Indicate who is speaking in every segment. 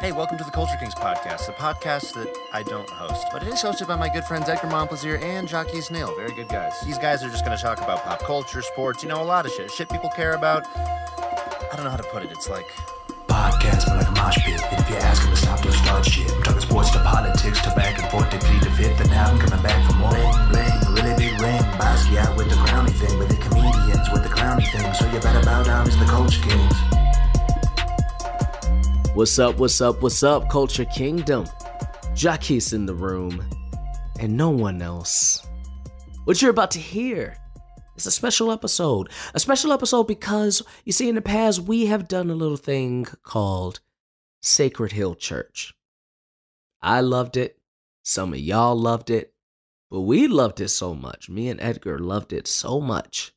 Speaker 1: Hey, welcome to the Culture Kings podcast, the podcast that I don't host, but it is hosted by my good friends Edgar Montplaisir and Jockey Snail. Very good guys. These guys are just going to talk about pop culture, sports, you know, a lot of shit. Shit people care about. I don't know how to put it. It's like
Speaker 2: Podcast but like a mosh pit. And if you ask them to stop, they'll start shit. I'm talking sports to politics to back and forth. They plead the fifth, and now I'm coming back for more. Ring, ring, a really big ring. Basquiat with the crowny thing, but the comedians with the clowny thing. So you better bow down as the coach kings.
Speaker 3: What's up, what's up, what's up, Culture Kingdom? Jackie's in the room, and no one else. What you're about to hear is a special episode. A special episode because, you see, in the past, we have done a little thing called Sacred Hill Church. I loved it. Some of y'all loved it. But we loved it so much. Me and Edgar loved it so much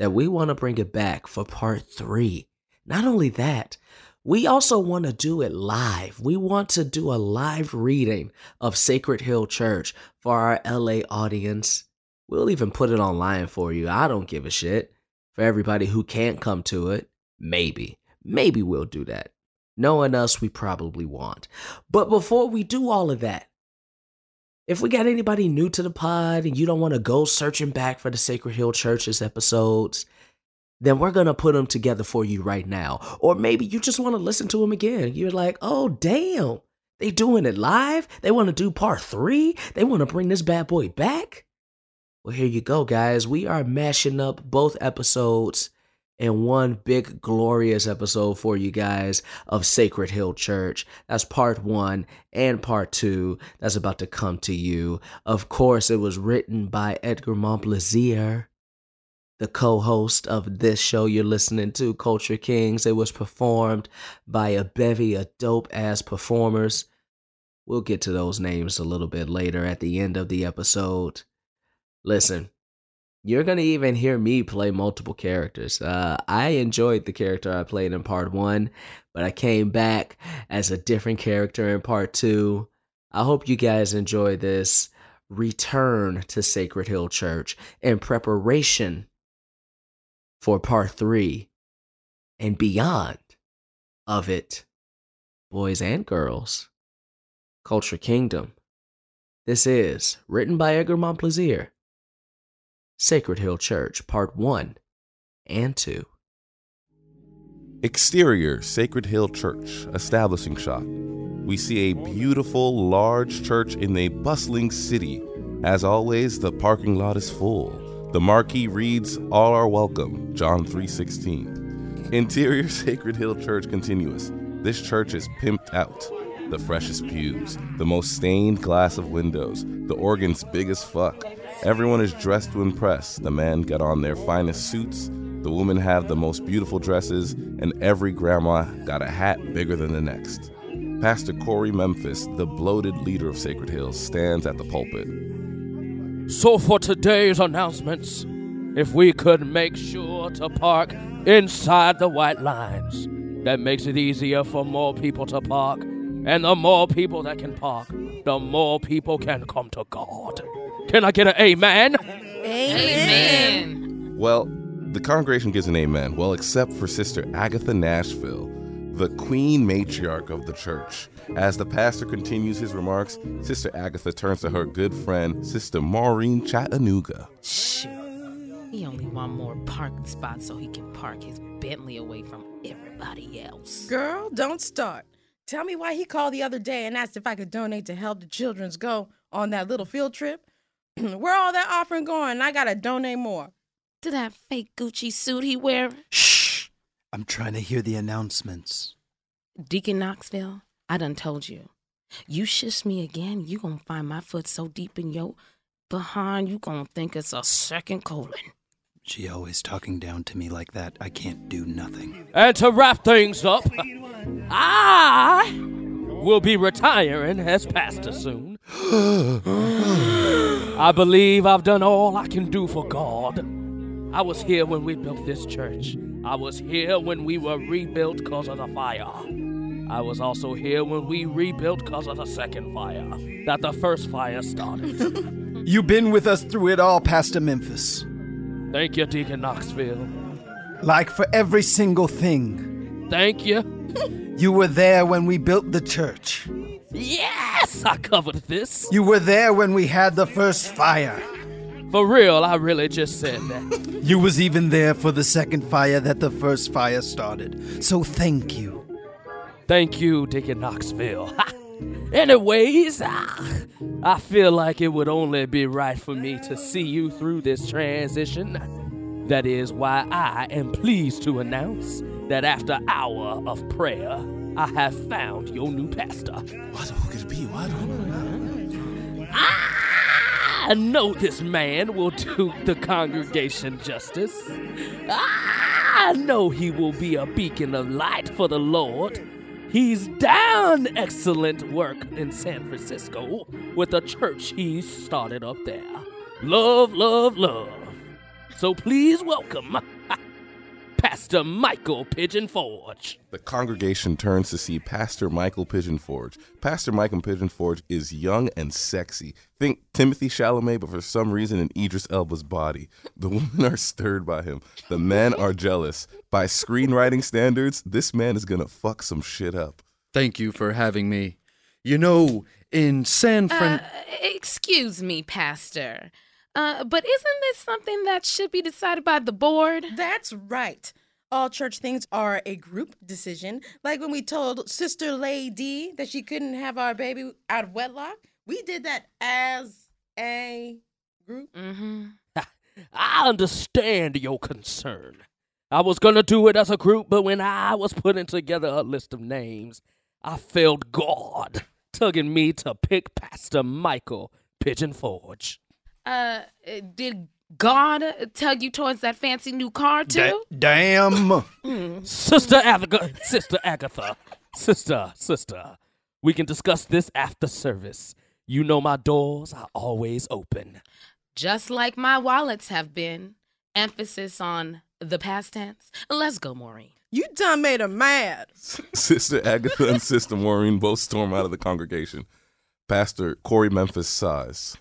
Speaker 3: that we want to bring it back for part three. Not only that, we also want to do it live. We want to do a live reading of Sacred Hill Church for our LA audience. We'll even put it online for you. I don't give a shit. For everybody who can't come to it, maybe. Maybe we'll do that. Knowing us, we probably won't. But before we do all of that, if we got anybody new to the pod and you don't want to go searching back for the Sacred Hill Church's episodes, then we're going to put them together for you right now. Or maybe you just want to listen to them again. You're like, oh, damn, they doing it live? They want to do part three? They want to bring this bad boy back? Well, here you go, guys. We are mashing up both episodes in one big, glorious episode for you guys of Sacred Hill Church. That's part one and part two that's about to come to you. Of course, it was written by Edgar Montplaisir the co-host of this show you're listening to, Culture Kings. It was performed by a bevy of dope-ass performers. We'll get to those names a little bit later at the end of the episode. Listen, you're gonna even hear me play multiple characters. Uh, I enjoyed the character I played in part one, but I came back as a different character in part two. I hope you guys enjoy this return to Sacred Hill Church in preparation for part three and beyond of it, boys and girls. Culture Kingdom. This is written by Edgar Montplaisir. Sacred Hill Church, Part 1 and 2.
Speaker 4: Exterior Sacred Hill Church, establishing shot. We see a beautiful, large church in a bustling city. As always, the parking lot is full. The marquee reads, "All are welcome," John 3:16. Interior Sacred Hill Church continuous. This church is pimped out. The freshest pews, the most stained glass of windows, the organs big as fuck. Everyone is dressed to impress. The men got on their finest suits, the women have the most beautiful dresses, and every grandma got a hat bigger than the next. Pastor Corey Memphis, the bloated leader of Sacred Hills, stands at the pulpit.
Speaker 5: So, for today's announcements, if we could make sure to park inside the white lines, that makes it easier for more people to park. And the more people that can park, the more people can come to God. Can I get an amen?
Speaker 4: Well, the congregation gives an amen, well, except for Sister Agatha Nashville, the queen matriarch of the church. As the pastor continues his remarks, Sister Agatha turns to her good friend, Sister Maureen Chattanooga.
Speaker 6: Shoot. He only want more parking spots so he can park his Bentley away from everybody else.
Speaker 7: Girl, don't start. Tell me why he called the other day and asked if I could donate to help the children's go on that little field trip. Where all that offering going? I gotta donate more.
Speaker 6: To that fake Gucci suit he wear.
Speaker 8: Shh! I'm trying to hear the announcements.
Speaker 6: Deacon Knoxville, I done told you. You shush me again, you gonna find my foot so deep in your behind, you gonna think it's a second colon.
Speaker 8: She always talking down to me like that. I can't do nothing.
Speaker 5: And to wrap things up, I will be retiring as pastor soon. I believe I've done all I can do for God. I was here when we built this church. I was here when we were rebuilt because of the fire. I was also here when we rebuilt because of the second fire that the first fire started.
Speaker 8: You've been with us through it all, Pastor Memphis.
Speaker 5: Thank you, Deacon Knoxville.
Speaker 8: Like for every single thing.
Speaker 5: Thank you
Speaker 9: You were there when we built the church.
Speaker 5: Yes, I covered this.
Speaker 9: You were there when we had the first fire.
Speaker 5: For real, I really just said that.
Speaker 9: You was even there for the second fire that the first fire started. So thank you.
Speaker 5: Thank you, Deacon Knoxville. Anyways, ah, I feel like it would only be right for me to see you through this transition. That is why I am pleased to announce that after hour of prayer, I have found your new pastor.
Speaker 4: What could it be? What?
Speaker 5: I know this man will do the congregation justice. I know he will be a beacon of light for the Lord. He's done excellent work in San Francisco with a church he started up there. Love, love, love. So please welcome Pastor Michael Pigeon Forge.
Speaker 4: The congregation turns to see Pastor Michael Pigeon Forge. Pastor Michael Pigeon Forge is young and sexy. Think Timothy Chalamet, but for some reason in Idris Elba's body. The women are stirred by him. The men are jealous. By screenwriting standards, this man is gonna fuck some shit up.
Speaker 8: Thank you for having me. You know, in San Fran.
Speaker 6: Uh, excuse me, Pastor. Uh, but isn't this something that should be decided by the board?
Speaker 7: That's right. All church things are a group decision. Like when we told Sister Lady that she couldn't have our baby out of wedlock, we did that as a group.
Speaker 6: Mm-hmm.
Speaker 5: I understand your concern. I was going to do it as a group, but when I was putting together a list of names, I felt God tugging me to pick Pastor Michael Pigeon Forge.
Speaker 6: Uh, did God tug you towards that fancy new car too? Hmm.
Speaker 9: damn.
Speaker 5: Sister Agatha, Sister Agatha, Sister, Sister, we can discuss this after service. You know my doors are always open.
Speaker 6: Just like my wallets have been. Emphasis on the past tense. Let's go, Maureen.
Speaker 7: You done made her mad.
Speaker 4: Sister Agatha and Sister Maureen both storm out of the congregation. Pastor Corey Memphis sighs.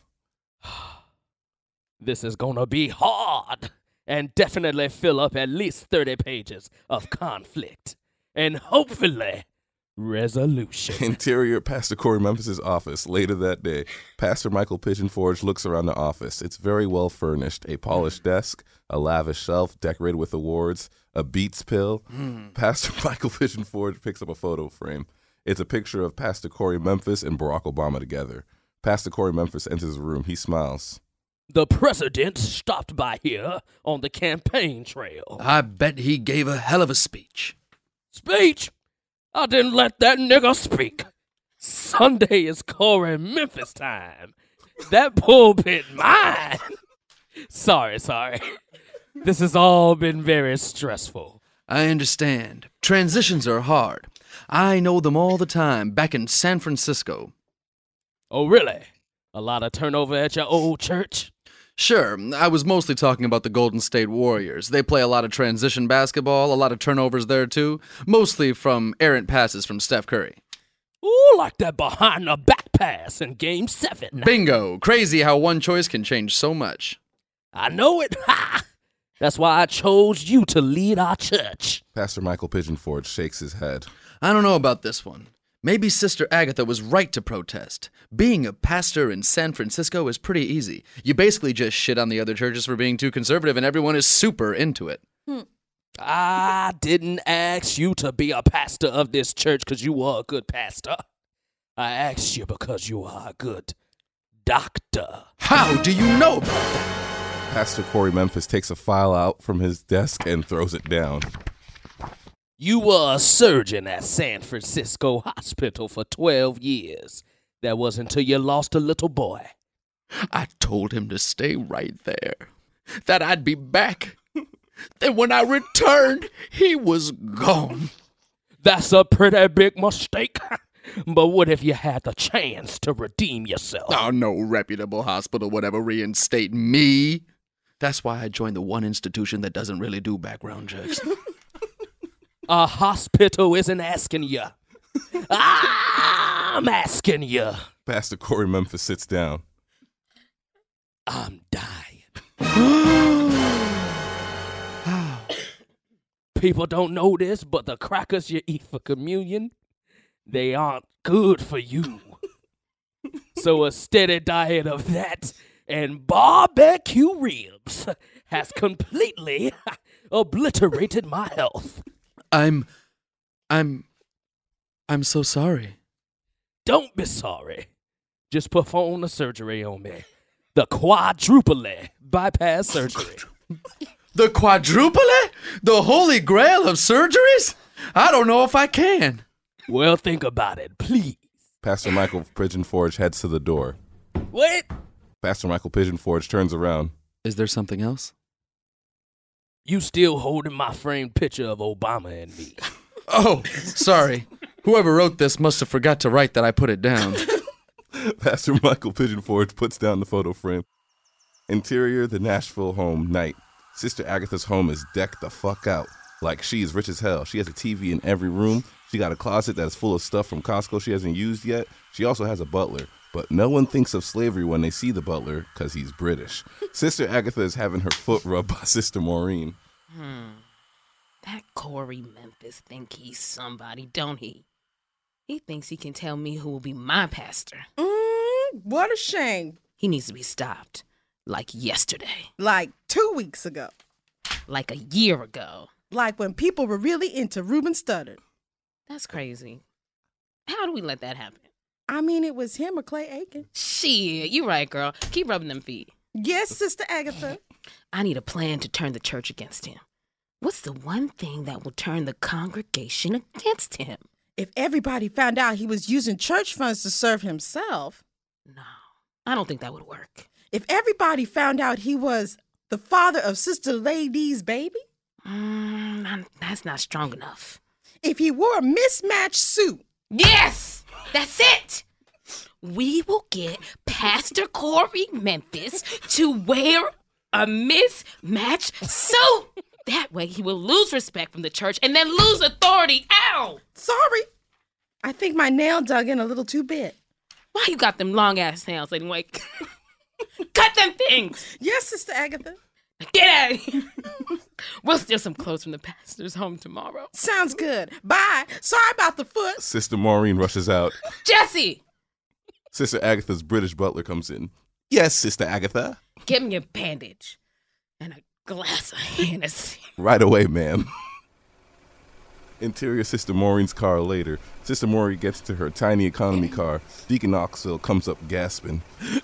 Speaker 5: This is gonna be hard and definitely fill up at least 30 pages of conflict and hopefully resolution.
Speaker 4: Interior Pastor Corey Memphis's office later that day. Pastor Michael Pigeon Forge looks around the office. It's very well furnished. A polished desk, a lavish shelf decorated with awards, a Beats pill. Pastor Michael Pigeon Forge picks up a photo frame. It's a picture of Pastor Corey Memphis and Barack Obama together. Pastor Corey Memphis enters the room. He smiles.
Speaker 5: the president stopped by here on the campaign trail.
Speaker 8: I bet he gave a hell of a speech.
Speaker 5: Speech! I didn't let that nigga speak. Sunday is Corey Memphis time. That pulpit mine. sorry, sorry. This has all been very stressful.
Speaker 8: I understand. Transitions are hard. I know them all the time back in San Francisco.
Speaker 5: Oh, really? A lot of turnover at your old church?
Speaker 8: Sure, I was mostly talking about the Golden State Warriors. They play a lot of transition basketball, a lot of turnovers there too, mostly from errant passes from Steph Curry.
Speaker 5: Ooh, like that behind the back pass in game seven.
Speaker 8: Bingo! Crazy how one choice can change so much.
Speaker 5: I know it. Ha! That's why I chose you to lead our church.
Speaker 4: Pastor Michael Pigeon Forge shakes his head.
Speaker 8: I don't know about this one. Maybe Sister Agatha was right to protest. Being a pastor in San Francisco is pretty easy. You basically just shit on the other churches for being too conservative, and everyone is super into it.
Speaker 5: I didn't ask you to be a pastor of this church because you are a good pastor. I asked you because you are a good doctor.
Speaker 8: How do you know about that?
Speaker 4: Pastor Corey Memphis takes a file out from his desk and throws it down.
Speaker 5: You were a surgeon at San Francisco Hospital for 12 years. That was until you lost a little boy.
Speaker 8: I told him to stay right there, that I'd be back. then when I returned, he was gone.
Speaker 5: That's a pretty big mistake. but what if you had the chance to redeem yourself?
Speaker 8: Oh, no reputable hospital would ever reinstate me. That's why I joined the one institution that doesn't really do background checks.
Speaker 5: A hospital isn't asking you. I'm asking you.
Speaker 4: Pastor Corey Memphis sits down.
Speaker 5: I'm dying. People don't know this, but the crackers you eat for communion, they aren't good for you. so a steady diet of that and barbecue ribs has completely obliterated my health.
Speaker 8: I'm. I'm. I'm so sorry.
Speaker 5: Don't be sorry. Just perform the surgery on me. The quadruple bypass surgery.
Speaker 8: The quadruple? The holy grail of surgeries? I don't know if I can.
Speaker 5: well, think about it, please.
Speaker 4: Pastor Michael Pigeon Forge heads to the door.
Speaker 5: What?
Speaker 4: Pastor Michael Pigeon Forge turns around.
Speaker 8: Is there something else?
Speaker 5: You still holding my framed picture of Obama and me.
Speaker 8: Oh, sorry. Whoever wrote this must have forgot to write that I put it down.
Speaker 4: Pastor Michael Pigeon Forge puts down the photo frame. Interior, the Nashville home, night. Sister Agatha's home is decked the fuck out. Like she's rich as hell. She has a TV in every room. She got a closet that's full of stuff from Costco she hasn't used yet. She also has a butler. But no one thinks of slavery when they see the butler because he's British. Sister Agatha is having her foot rubbed by Sister Maureen.
Speaker 6: Hmm. That Corey Memphis think he's somebody, don't he? He thinks he can tell me who will be my pastor.
Speaker 7: Mm, what a shame.
Speaker 6: He needs to be stopped. Like yesterday.
Speaker 7: Like two weeks ago,
Speaker 6: Like a year ago.
Speaker 7: like when people were really into Ruben Studdard.
Speaker 6: That's crazy. How do we let that happen?
Speaker 7: I mean, it was him or Clay Aiken.
Speaker 6: Shit, you right, girl. Keep rubbing them feet.
Speaker 7: Yes, Sister Agatha.
Speaker 6: I need a plan to turn the church against him. What's the one thing that will turn the congregation against him?
Speaker 7: If everybody found out he was using church funds to serve himself,
Speaker 6: No, I don't think that would work.
Speaker 7: if everybody found out he was the father of Sister Lady's baby,
Speaker 6: Mm, I'm- that's not strong enough.
Speaker 7: if he wore a mismatched suit,
Speaker 6: Yes, that's it. We will get Pastor Corey Memphis to wear a mismatched suit. That way, he will lose respect from the church and then lose authority. Ow!
Speaker 7: sorry. I think my nail dug in a little too big.
Speaker 6: Why you got them long ass nails anyway? Cut them things.
Speaker 7: Yes, Sister Agatha.
Speaker 6: Get out of here. we'll steal some clothes from the pastor's home tomorrow.
Speaker 7: Sounds good. Bye. Sorry about the foot.
Speaker 4: Sister Maureen rushes out.
Speaker 6: Jesse,
Speaker 4: Sister Agatha's British butler comes in. Yes, Sister Agatha.
Speaker 6: give me a bandage and a glass of Hennessy.
Speaker 4: Right away, ma'am. Interior Sister Maureen's car later. Sister Maureen gets to her tiny economy car. Deacon Oxhill comes up gasping.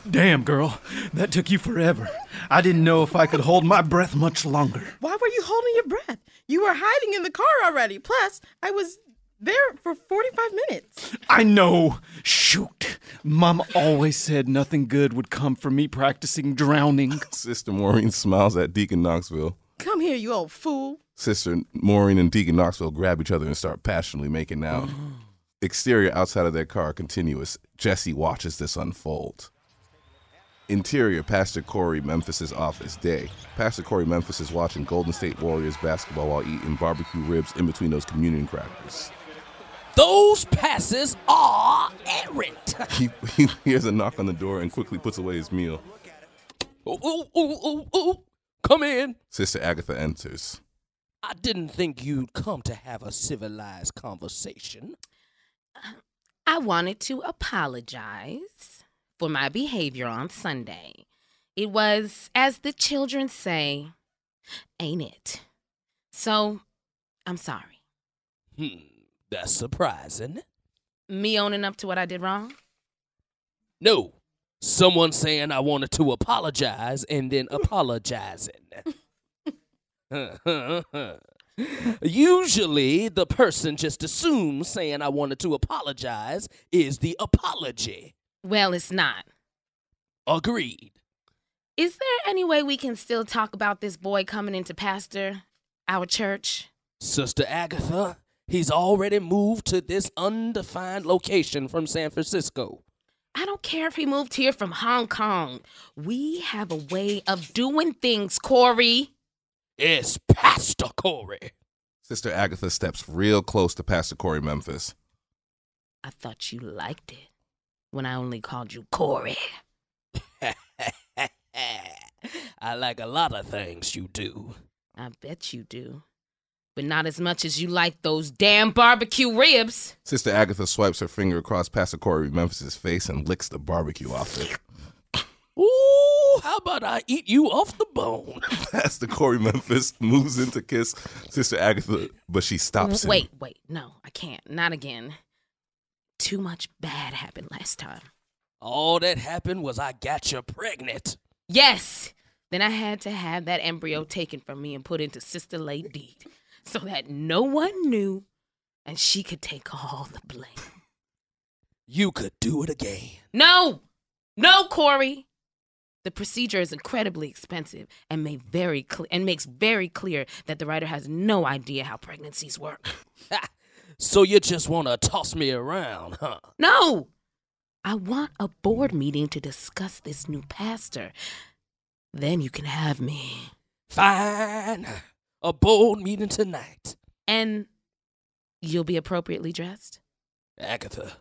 Speaker 9: Damn, girl, that took you forever. I didn't know if I could hold my breath much longer.
Speaker 7: Why were you holding your breath? You were hiding in the car already. Plus, I was there for 45 minutes.
Speaker 9: I know. Shoot. Mom always said nothing good would come from me practicing drowning.
Speaker 4: Sister Maureen smiles at Deacon Knoxville.
Speaker 7: Come here, you old fool.
Speaker 4: Sister Maureen and Deacon Knoxville grab each other and start passionately making out. Exterior outside of their car continuous. Jesse watches this unfold. Interior Pastor Corey Memphis's office day. Pastor Corey Memphis is watching Golden State Warriors basketball while eating barbecue ribs in between those communion crackers.
Speaker 5: Those passes are errant.
Speaker 4: He, he hears a knock on the door and quickly puts away his meal.
Speaker 5: Ooh, ooh, ooh, ooh, ooh. Come in.
Speaker 4: Sister Agatha enters.
Speaker 5: I didn't think you'd come to have a civilized conversation.
Speaker 6: I wanted to apologize for my behavior on Sunday. It was, as the children say, ain't it? So, I'm sorry.
Speaker 5: Hmm, that's surprising.
Speaker 6: Me owning up to what I did wrong?
Speaker 5: No, someone saying I wanted to apologize and then apologizing. Usually, the person just assumes saying I wanted to apologize is the apology.
Speaker 6: Well, it's not.
Speaker 5: Agreed.
Speaker 6: Is there any way we can still talk about this boy coming into pastor our church?
Speaker 5: Sister Agatha, he's already moved to this undefined location from San Francisco.
Speaker 6: I don't care if he moved here from Hong Kong. We have a way of doing things, Corey.
Speaker 5: It's Pastor Corey.
Speaker 4: Sister Agatha steps real close to Pastor Corey Memphis.
Speaker 6: I thought you liked it when I only called you Corey.
Speaker 5: I like a lot of things you do.
Speaker 6: I bet you do. but not as much as you like those damn barbecue ribs.
Speaker 4: Sister Agatha swipes her finger across Pastor Corey Memphis' face and licks the barbecue off it.
Speaker 5: Ooh, how about I eat you off the bone?
Speaker 4: Pastor Corey Memphis moves in to kiss Sister Agatha, but she stops him.
Speaker 6: Wait, wait, no, I can't. Not again. Too much bad happened last time.
Speaker 5: All that happened was I got you pregnant.
Speaker 6: Yes. Then I had to have that embryo taken from me and put into Sister Lady so that no one knew and she could take all the blame.
Speaker 5: You could do it again.
Speaker 6: No! No, Corey! The procedure is incredibly expensive and made very cle- and makes very clear that the writer has no idea how pregnancies work.
Speaker 5: So you just want to toss me around, huh?
Speaker 6: No! I want a board meeting to discuss this new pastor. Then you can have me.
Speaker 5: Fine. A bold meeting tonight.
Speaker 6: And you'll be appropriately dressed?
Speaker 5: Agatha,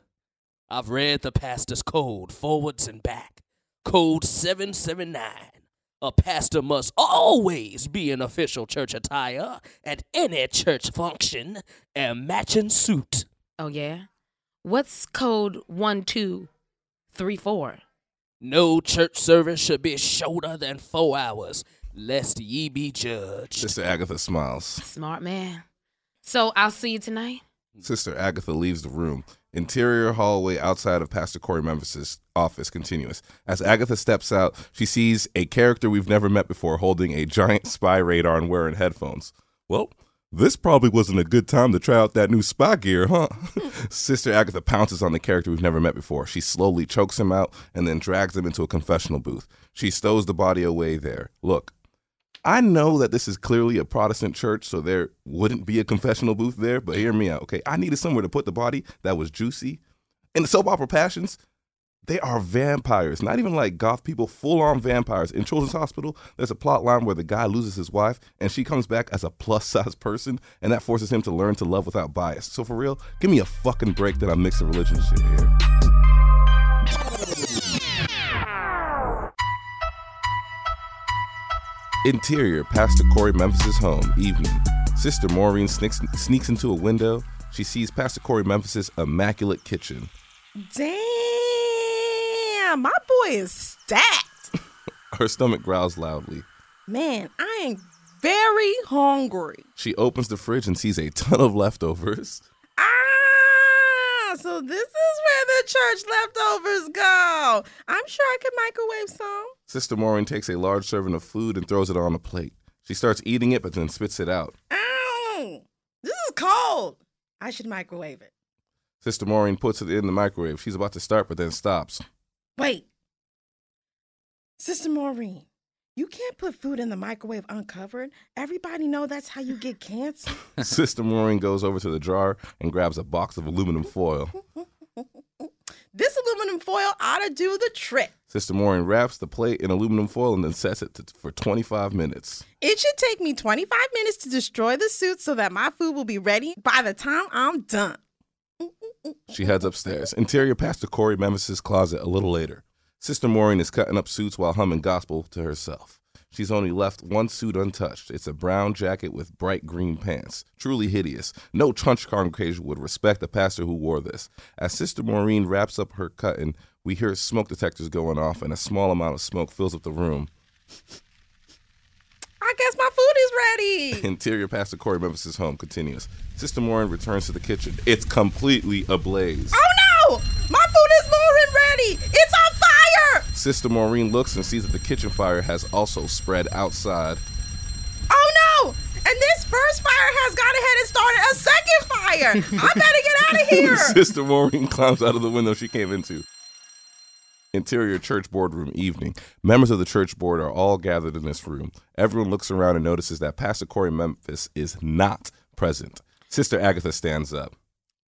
Speaker 5: I've read the pastor's code, forwards and back. Code 779. A pastor must always be in official church attire at any church function and matching suit.
Speaker 6: Oh, yeah? What's code 1234?
Speaker 5: No church service should be shorter than four hours, lest ye be judged.
Speaker 4: Sister Agatha smiles.
Speaker 6: Smart man. So I'll see you tonight?
Speaker 4: Mm. Sister Agatha leaves the room. Interior hallway outside of Pastor Corey Memphis' office continuous. As Agatha steps out, she sees a character we've never met before holding a giant spy radar and wearing headphones. Well, this probably wasn't a good time to try out that new spy gear, huh? Sister Agatha pounces on the character we've never met before. She slowly chokes him out and then drags him into a confessional booth. She stows the body away there. Look, I know that this is clearly a Protestant church, so there wouldn't be a confessional booth there, but hear me out, okay? I needed somewhere to put the body that was juicy. In the soap opera Passions, they are vampires, not even like goth people, full on vampires. In Children's Hospital, there's a plot line where the guy loses his wife and she comes back as a plus size person, and that forces him to learn to love without bias. So, for real, give me a fucking break that I'm mixing religion shit here. Interior, Pastor Corey Memphis' home, evening. Sister Maureen sneaks, sneaks into a window. She sees Pastor Corey Memphis' immaculate kitchen.
Speaker 7: Damn, my boy is stacked.
Speaker 4: Her stomach growls loudly.
Speaker 7: Man, I am very hungry.
Speaker 4: She opens the fridge and sees a ton of leftovers.
Speaker 7: Ah, so this is where the church leftovers go. I'm sure I could microwave some.
Speaker 4: Sister Maureen takes a large serving of food and throws it on a plate. She starts eating it but then spits it out.
Speaker 7: Ow! This is cold. I should microwave it.
Speaker 4: Sister Maureen puts it in the microwave. She's about to start but then stops.
Speaker 7: Wait. Sister Maureen, you can't put food in the microwave uncovered. Everybody know that's how you get cancer.
Speaker 4: Sister Maureen goes over to the jar and grabs a box of aluminum foil.
Speaker 7: this aluminum foil ought to do the trick.
Speaker 4: Sister Maureen wraps the plate in aluminum foil and then sets it to, for 25 minutes.
Speaker 7: It should take me 25 minutes to destroy the suit so that my food will be ready by the time I'm done.
Speaker 4: She heads upstairs. Interior Pastor Corey Memphis' closet a little later. Sister Maureen is cutting up suits while humming gospel to herself. She's only left one suit untouched. It's a brown jacket with bright green pants. Truly hideous. No church congregation would respect the pastor who wore this. As Sister Maureen wraps up her cutting, we hear smoke detectors going off and a small amount of smoke fills up the room.
Speaker 7: I guess my food is ready.
Speaker 4: Interior Pastor Corey Memphis' home continues. Sister Maureen returns to the kitchen. It's completely ablaze.
Speaker 7: Oh no! My food is more and ready! It's on fire!
Speaker 4: Sister Maureen looks and sees that the kitchen fire has also spread outside.
Speaker 7: Oh no! And this first fire has gone ahead and started a second fire! I better get out of here!
Speaker 4: Sister Maureen climbs out of the window she came into. Interior church boardroom evening. Members of the church board are all gathered in this room. Everyone looks around and notices that Pastor Corey Memphis is not present. Sister Agatha stands up.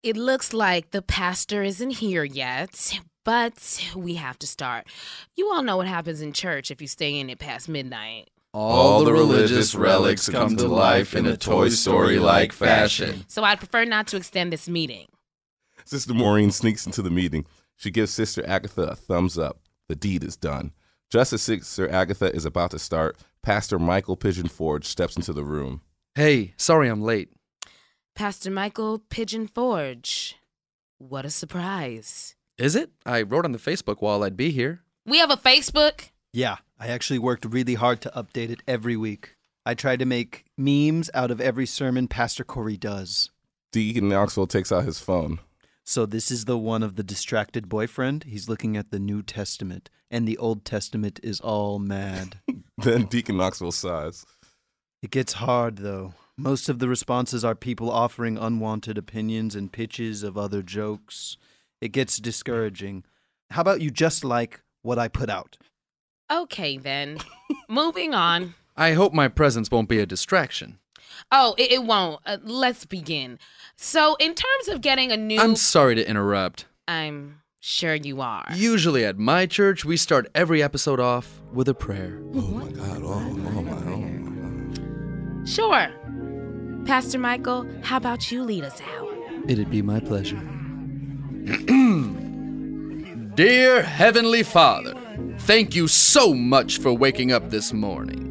Speaker 6: It looks like the pastor isn't here yet, but we have to start. You all know what happens in church if you stay in it past midnight.
Speaker 4: All the religious relics come to life in a Toy Story-like fashion.
Speaker 6: So I'd prefer not to extend this meeting.
Speaker 4: Sister Maureen sneaks into the meeting. She gives Sister Agatha a thumbs up. The deed is done. Just as Sister Agatha is about to start, Pastor Michael Pigeon Forge steps into the room.
Speaker 8: Hey, sorry I'm late.
Speaker 6: Pastor Michael Pigeon Forge. What a surprise.
Speaker 8: Is it? I wrote on the Facebook wall I'd be here.
Speaker 6: We have a Facebook.
Speaker 10: Yeah, I actually worked really hard to update it every week. I tried to make memes out of every sermon Pastor Corey does.
Speaker 4: Deacon Knoxville takes out his phone.
Speaker 10: So this is the one of the distracted boyfriend. He's looking at the New Testament, and the Old Testament is all mad.
Speaker 4: Then Deacon Knoxville sighs.
Speaker 10: it gets hard, though. Most of the responses are people offering unwanted opinions and pitches of other jokes. It gets discouraging. How about you just like what I put out?
Speaker 6: Okay, then. Moving on.
Speaker 8: I hope my presence won't be a distraction.
Speaker 6: Oh, it, it won't. Uh, let's begin. So, in terms of getting a new.
Speaker 8: I'm sorry to interrupt.
Speaker 6: I'm sure you are.
Speaker 8: Usually at my church, we start every episode off with a prayer.
Speaker 4: God, oh, oh my, oh my.
Speaker 6: Sure. Pastor Michael, how about you lead us out?
Speaker 8: It'd be my pleasure. Dear Heavenly Father, thank you so much for waking up this morning.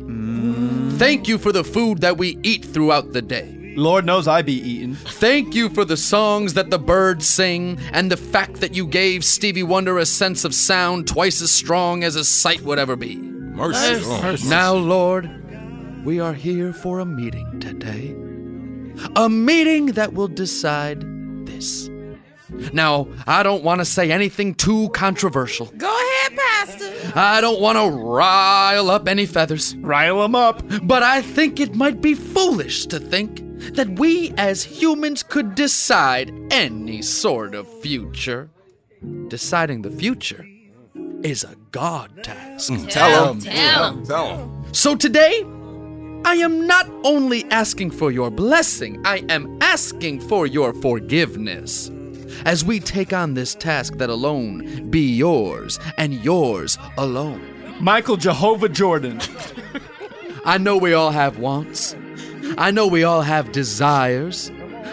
Speaker 8: Thank you for the food that we eat throughout the day.
Speaker 10: Lord knows I be eating.
Speaker 8: Thank you for the songs that the birds sing and the fact that you gave Stevie Wonder a sense of sound twice as strong as his sight would ever be.
Speaker 4: Mercy. oh.
Speaker 8: Now, Lord, we are here for a meeting today. A meeting that will decide this. Now, I don't want to say anything too controversial.
Speaker 7: Go ahead, Pastor.
Speaker 8: I don't want to rile up any feathers.
Speaker 9: Rile him up.
Speaker 8: But I think it might be foolish to think that we as humans could decide any sort of future. Deciding the future is a God task.
Speaker 4: Mm. Tell him.
Speaker 6: Tell him.
Speaker 4: Tell him.
Speaker 8: So today, I am not only asking for your blessing, I am asking for your forgiveness. As we take on this task that alone be yours and yours alone.
Speaker 9: Michael Jehovah Jordan.
Speaker 8: I know we all have wants. I know we all have desires.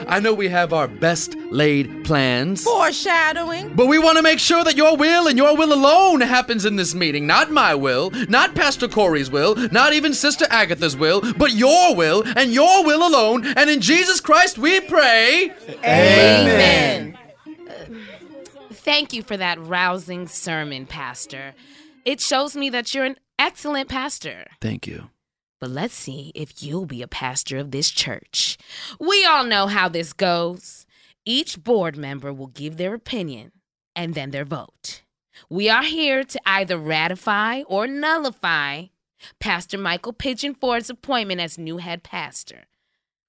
Speaker 8: I know we have our best laid plans.
Speaker 7: Foreshadowing.
Speaker 8: But we want to make sure that your will and your will alone happens in this meeting. Not my will, not Pastor Corey's will, not even Sister Agatha's will, but your will and your will alone. And in Jesus Christ we pray.
Speaker 7: Amen.
Speaker 6: Thank you for that rousing sermon, Pastor. It shows me that you're an excellent pastor.
Speaker 8: Thank you.
Speaker 6: But let's see if you'll be a pastor of this church. We all know how this goes. Each board member will give their opinion and then their vote. We are here to either ratify or nullify Pastor Michael Pigeon Ford's appointment as new head pastor.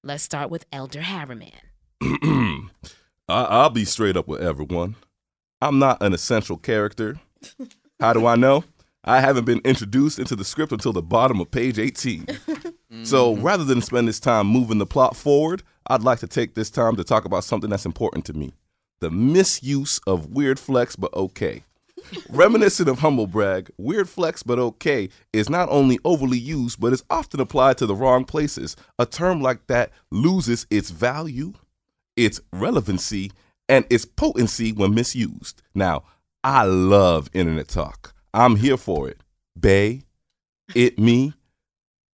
Speaker 6: Let's start with Elder Harriman.
Speaker 4: I- I'll be straight up with everyone. I'm not an essential character. How do I know? I haven't been introduced into the script until the bottom of page 18. so rather than spend this time moving the plot forward, I'd like to take this time to talk about something that's important to me the misuse of weird flex, but okay. Reminiscent of humble brag, weird flex but okay is not only overly used, but is often applied to the wrong places. A term like that loses its value, its relevancy, and its potency when misused. Now, I love internet talk. I'm here for it. Bay, it me,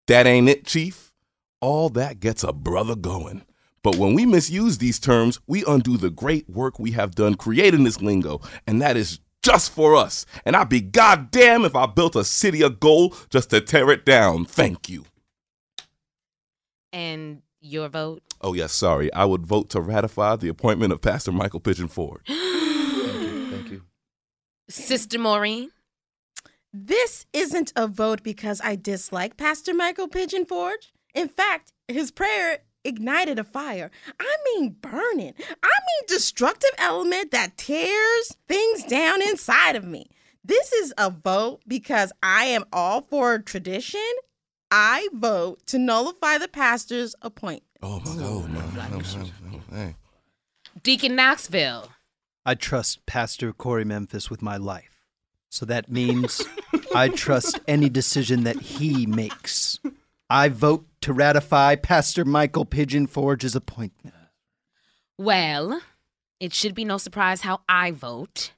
Speaker 4: that ain't it, chief. All that gets a brother going. But when we misuse these terms, we undo the great work we have done creating this lingo, and that is just for us. And I'd be goddamn if I built a city of gold just to tear it down. Thank you.
Speaker 6: And your vote?
Speaker 4: Oh, yes, sorry. I would vote to ratify the appointment of Pastor Michael Pigeon Ford.
Speaker 8: Thank you.
Speaker 6: Sister Maureen?
Speaker 7: This isn't a vote because I dislike Pastor Michael Pigeon Forge. In fact, his prayer ignited a fire. I mean, burning. I mean, destructive element that tears things down inside of me. This is a vote because I am all for tradition. I vote to nullify the pastor's appointment.
Speaker 4: Oh, my God. no, no, no, no, hey.
Speaker 6: Deacon Knoxville.
Speaker 10: I trust Pastor Corey Memphis with my life. So that means I trust any decision that he makes. I vote to ratify Pastor Michael Pigeon Forge's appointment.
Speaker 6: Well, it should be no surprise how I vote.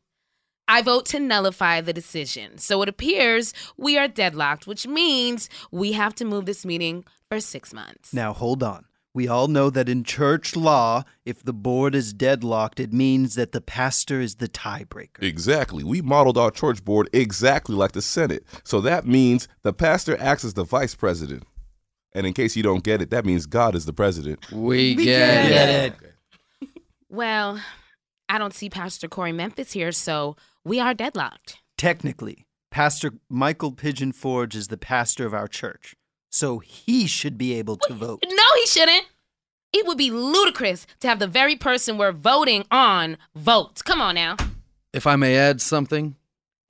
Speaker 6: I vote to nullify the decision. So it appears we are deadlocked, which means we have to move this meeting for six months.
Speaker 10: Now, hold on. We all know that in church law, if the board is deadlocked, it means that the pastor is the tiebreaker.
Speaker 4: Exactly. We modeled our church board exactly like the Senate. So that means the pastor acts as the vice president. And in case you don't get it, that means God is the president.
Speaker 8: We, get, it.
Speaker 6: Well, I don't see Pastor Corey Memphis here, so we are deadlocked.
Speaker 10: Technically, Pastor Michael Pigeon Forge is the pastor of our church, so he should be able to vote.
Speaker 6: No, he shouldn't. It would be ludicrous to have the very person we're voting on vote. Come on now.
Speaker 8: If I may add something,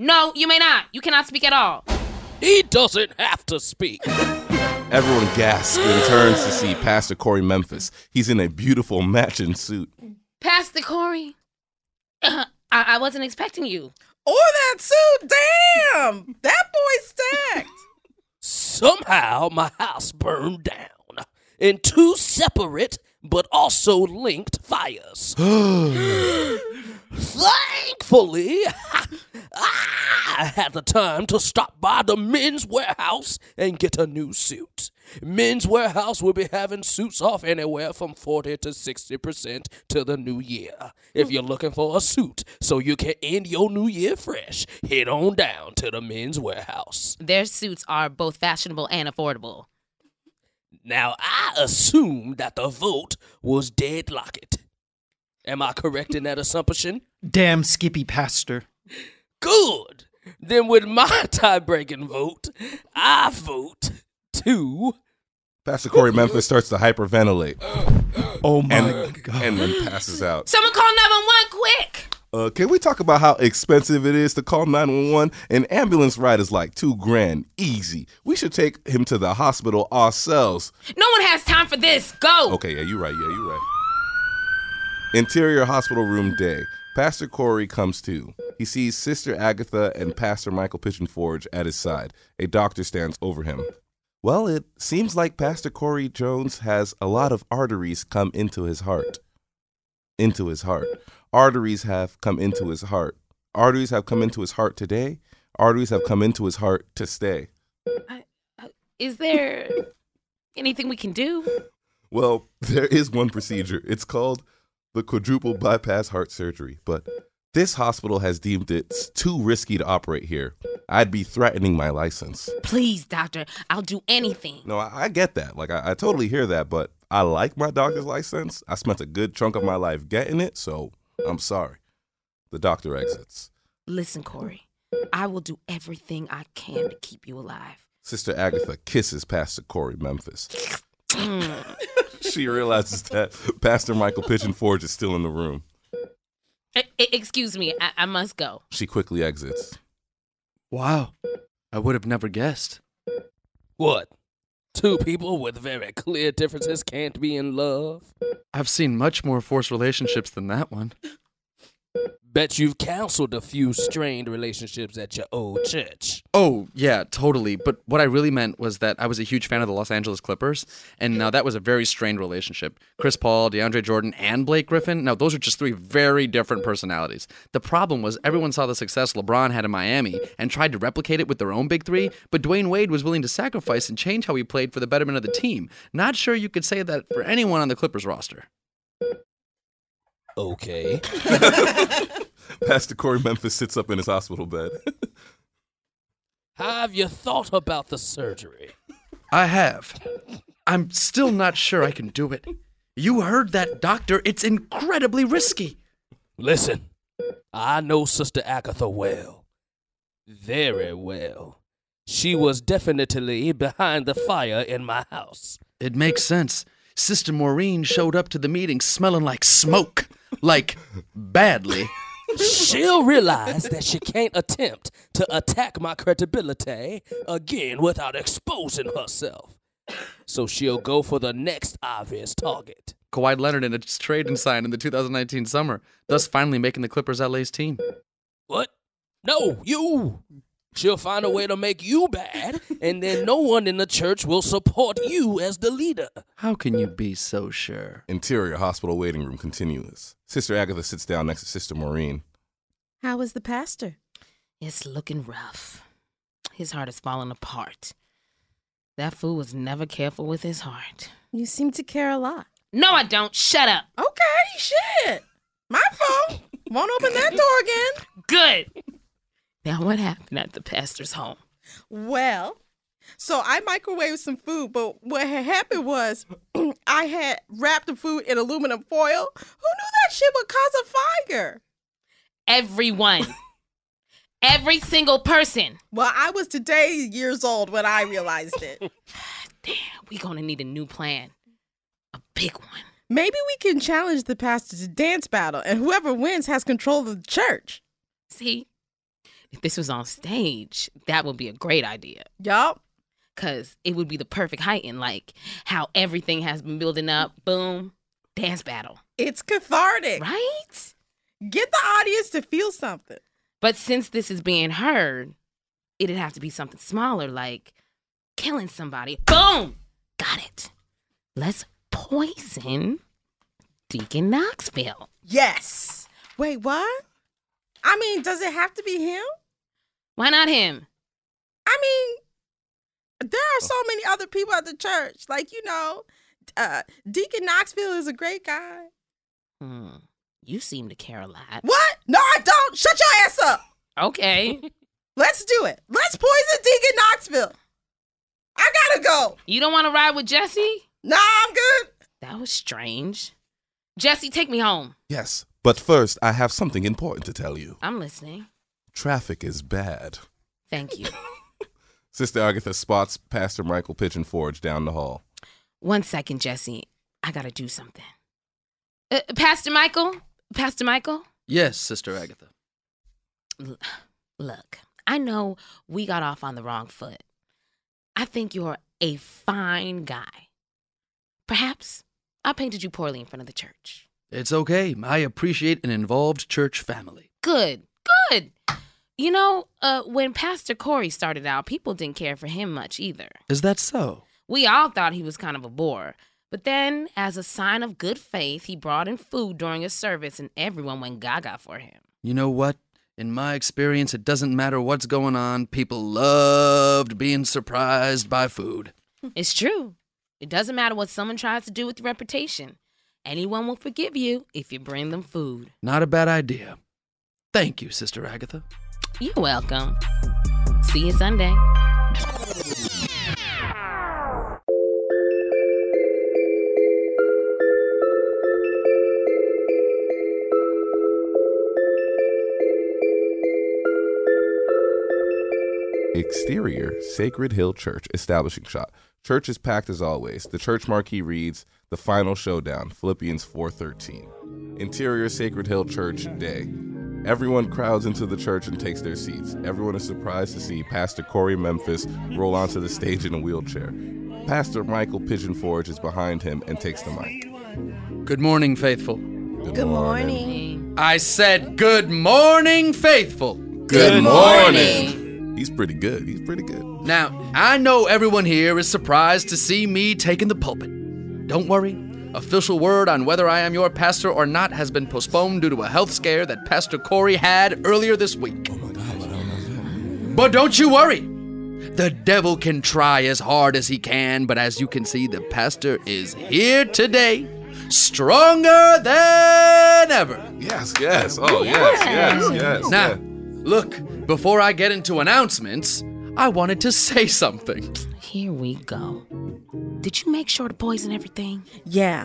Speaker 6: No, you may not. You cannot speak at all.
Speaker 5: He doesn't have to speak.
Speaker 4: Everyone gasps and turns to see Pastor Corey Memphis. He's in a beautiful matching suit.
Speaker 6: Pastor Corey, I-, I wasn't expecting you.
Speaker 7: Or that suit. Damn. That boy's stacked.
Speaker 5: Somehow my house burned down in two separate but also linked fires. Thankfully, I had the time to stop by the men's warehouse and get a new suit. Men's warehouse will be having suits off anywhere from 40 to 60% till the new year. If you're looking for a suit so you can end your new year fresh, head on down to the men's warehouse.
Speaker 6: Their suits are both fashionable and affordable.
Speaker 5: Now, I assume that the vote was deadlocked. Am I correct in that assumption?
Speaker 10: Damn Skippy Pastor.
Speaker 5: Good! Then, with my tie breaking vote, I vote to.
Speaker 4: Pastor Corey Memphis starts to hyperventilate
Speaker 10: Oh my
Speaker 4: and,
Speaker 10: God.
Speaker 4: and then passes out.
Speaker 6: Someone call 911 quick!
Speaker 4: Uh, can we talk about how expensive it is to call 911? An ambulance ride is like two grand, easy. We should take him to the hospital ourselves.
Speaker 6: No one has time for this. Go!
Speaker 4: Okay, yeah, you're right. Yeah, you're right. Interior hospital room day. Pastor Corey comes to. He sees Sister Agatha and Pastor Michael Pigeon Forge at his side. A doctor stands over him. Well, it seems like Pastor Corey Jones has a lot of arteries come into his heart. Into his heart. Arteries have come into his heart. Arteries have come into his heart today. Arteries have come into his heart to stay.
Speaker 6: Is there anything we can do?
Speaker 4: Well, there is one procedure. It's called the quadruple bypass heart surgery, but this hospital has deemed it's too risky to operate here. I'd be threatening my license.
Speaker 6: Please, doctor, I'll do anything.
Speaker 4: No, I, I get that. Like, I, I totally hear that, but I like my doctor's license. I spent a good chunk of my life getting it, so I'm sorry. The doctor exits.
Speaker 6: Listen, Corey, I will do everything I can to keep you alive.
Speaker 4: Sister Agatha kisses Pastor Corey Memphis.
Speaker 6: Mm.
Speaker 4: she realizes that Pastor Michael Pigeon Forge is still in the room.
Speaker 6: E- e- excuse me, I, I must go.
Speaker 4: She quickly exits.
Speaker 8: wow, I would have never guessed.
Speaker 5: What? Two people with very clear differences can't be in love?
Speaker 8: I've seen much more forced relationships than that one.
Speaker 5: Bet you've counseled a few strained relationships at your old church.
Speaker 8: Oh, yeah, totally. But what I really meant was that I was a huge fan of the Los Angeles Clippers, and now that was a very strained relationship. Chris Paul, DeAndre Jordan, and Blake Griffin. Now, those are just three very different personalities. The problem was everyone saw the success LeBron had in Miami and tried to replicate it with their own big three, but Dwayne Wade was willing to sacrifice and change how he played for the betterment of the team. Not sure you could say that for anyone on the Clippers roster.
Speaker 5: Okay.
Speaker 4: Pastor Corey Memphis sits up in his hospital bed.
Speaker 5: Have you thought about the surgery?
Speaker 8: I have. I'm still not sure I can do it. You heard that, doctor. It's incredibly risky.
Speaker 5: Listen, I know Sister Agatha well. Very well. She was definitely behind the fire in my house.
Speaker 8: It makes sense. Sister Maureen showed up to the meeting smelling like smoke. Like, badly.
Speaker 5: She'll realize that she can't attempt to attack my credibility again without exposing herself. So she'll go for the next obvious target.
Speaker 8: Kawhi Leonard in a trade and sign in the 2019 summer, thus finally making the Clippers LA's team.
Speaker 5: What? No, you! She'll find a way to make you bad, and then no one in the church will support you as the leader.
Speaker 8: How can you be so sure?
Speaker 4: Interior hospital waiting room continuous. Sister Agatha sits down next to Sister Maureen.
Speaker 7: How is the pastor?
Speaker 6: It's looking rough. His heart is falling apart. That fool was never careful with his heart.
Speaker 7: You seem to care a lot.
Speaker 6: No, I don't. Shut up.
Speaker 7: Okay, shit. My fault. Won't open that door again.
Speaker 6: Good. Now, what happened at the pastor's home?
Speaker 7: Well, so I microwaved some food, but what had happened was I had wrapped the food in aluminum foil. Who knew that shit would cause a fire?
Speaker 6: Everyone. Every single person.
Speaker 7: Well, I was today years old when I realized it.
Speaker 6: Damn, we gonna need a new plan. A big one.
Speaker 7: Maybe we can challenge the pastor to dance battle, and whoever wins has control of the church.
Speaker 6: See, if this was on stage, that would be a great idea.
Speaker 7: Yup.
Speaker 6: Cause it would be the perfect heighten, like how everything has been building up. Boom. Dance battle.
Speaker 7: It's cathartic.
Speaker 6: Right?
Speaker 7: Get the audience to feel something.
Speaker 6: But since this is being heard, it'd have to be something smaller, like killing somebody. Boom! Got it. Let's poison Deacon Knoxville.
Speaker 7: Yes. Wait, what? I mean, does it have to be him?
Speaker 6: Why not him?
Speaker 7: I mean, there are so many other people at the church. Like, you know, uh, Deacon Knoxville is a great guy.
Speaker 6: Hmm. You seem to care a lot.
Speaker 7: What? No, I don't. Shut your ass up.
Speaker 6: Okay.
Speaker 7: Let's do it. Let's poison Deacon Knoxville. I gotta go.
Speaker 6: You don't want to ride with Jesse?
Speaker 7: Nah, I'm good.
Speaker 6: That was strange. Jesse, take me home.
Speaker 4: Yes, but first, I have something important to tell you.
Speaker 6: I'm listening.
Speaker 4: Traffic is bad.
Speaker 6: Thank you.
Speaker 4: Sister Agatha spots Pastor Michael Pigeon Forge down the hall.
Speaker 6: One second, Jesse. I gotta do something. Uh, Pastor Michael? Pastor Michael?
Speaker 8: Yes, Sister Agatha.
Speaker 6: L- look, I know we got off on the wrong foot. I think you're a fine guy. Perhaps I painted you poorly in front of the church.
Speaker 8: It's okay. I appreciate an involved church family.
Speaker 6: Good, good. You know, uh, when Pastor Corey started out, people didn't care for him much either.
Speaker 8: Is that so?
Speaker 6: We all thought he was kind of a bore. But then, as a sign of good faith, he brought in food during a service and everyone went gaga for him.
Speaker 8: You know what? In my experience, it doesn't matter what's going on, people loved being surprised by food.
Speaker 6: It's true. It doesn't matter what someone tries to do with your reputation. Anyone will forgive you if you bring them food.
Speaker 8: Not a bad idea. Thank you, Sister Agatha.
Speaker 6: You're welcome. See you Sunday.
Speaker 4: Exterior Sacred Hill Church establishing shot. Church is packed as always. The church marquee reads The Final Showdown, Philippians 4:13. Interior Sacred Hill Church day. Everyone crowds into the church and takes their seats. Everyone is surprised to see Pastor Corey Memphis roll onto the stage in a wheelchair. Pastor Michael Pigeon Forge is behind him and takes the mic.
Speaker 8: Good morning, faithful.
Speaker 4: Good,
Speaker 8: I said, Good morning, faithful.
Speaker 4: Good morning. He's pretty good. He's pretty good.
Speaker 8: Now, I know everyone here is surprised to see me taking the pulpit. Don't worry. Official word on whether I am your pastor or not has been postponed due to a health scare that Pastor Corey had earlier this week. But don't you worry. The devil can try as hard as he can, but as you can see, the pastor is here today, stronger than ever.
Speaker 4: Yes, yes. Oh, yes, yes, yes.
Speaker 8: Now,
Speaker 4: yes.
Speaker 8: look, before I get into announcements, I wanted to say something.
Speaker 6: Here we go. Did you make sure to poison everything?
Speaker 7: Yeah.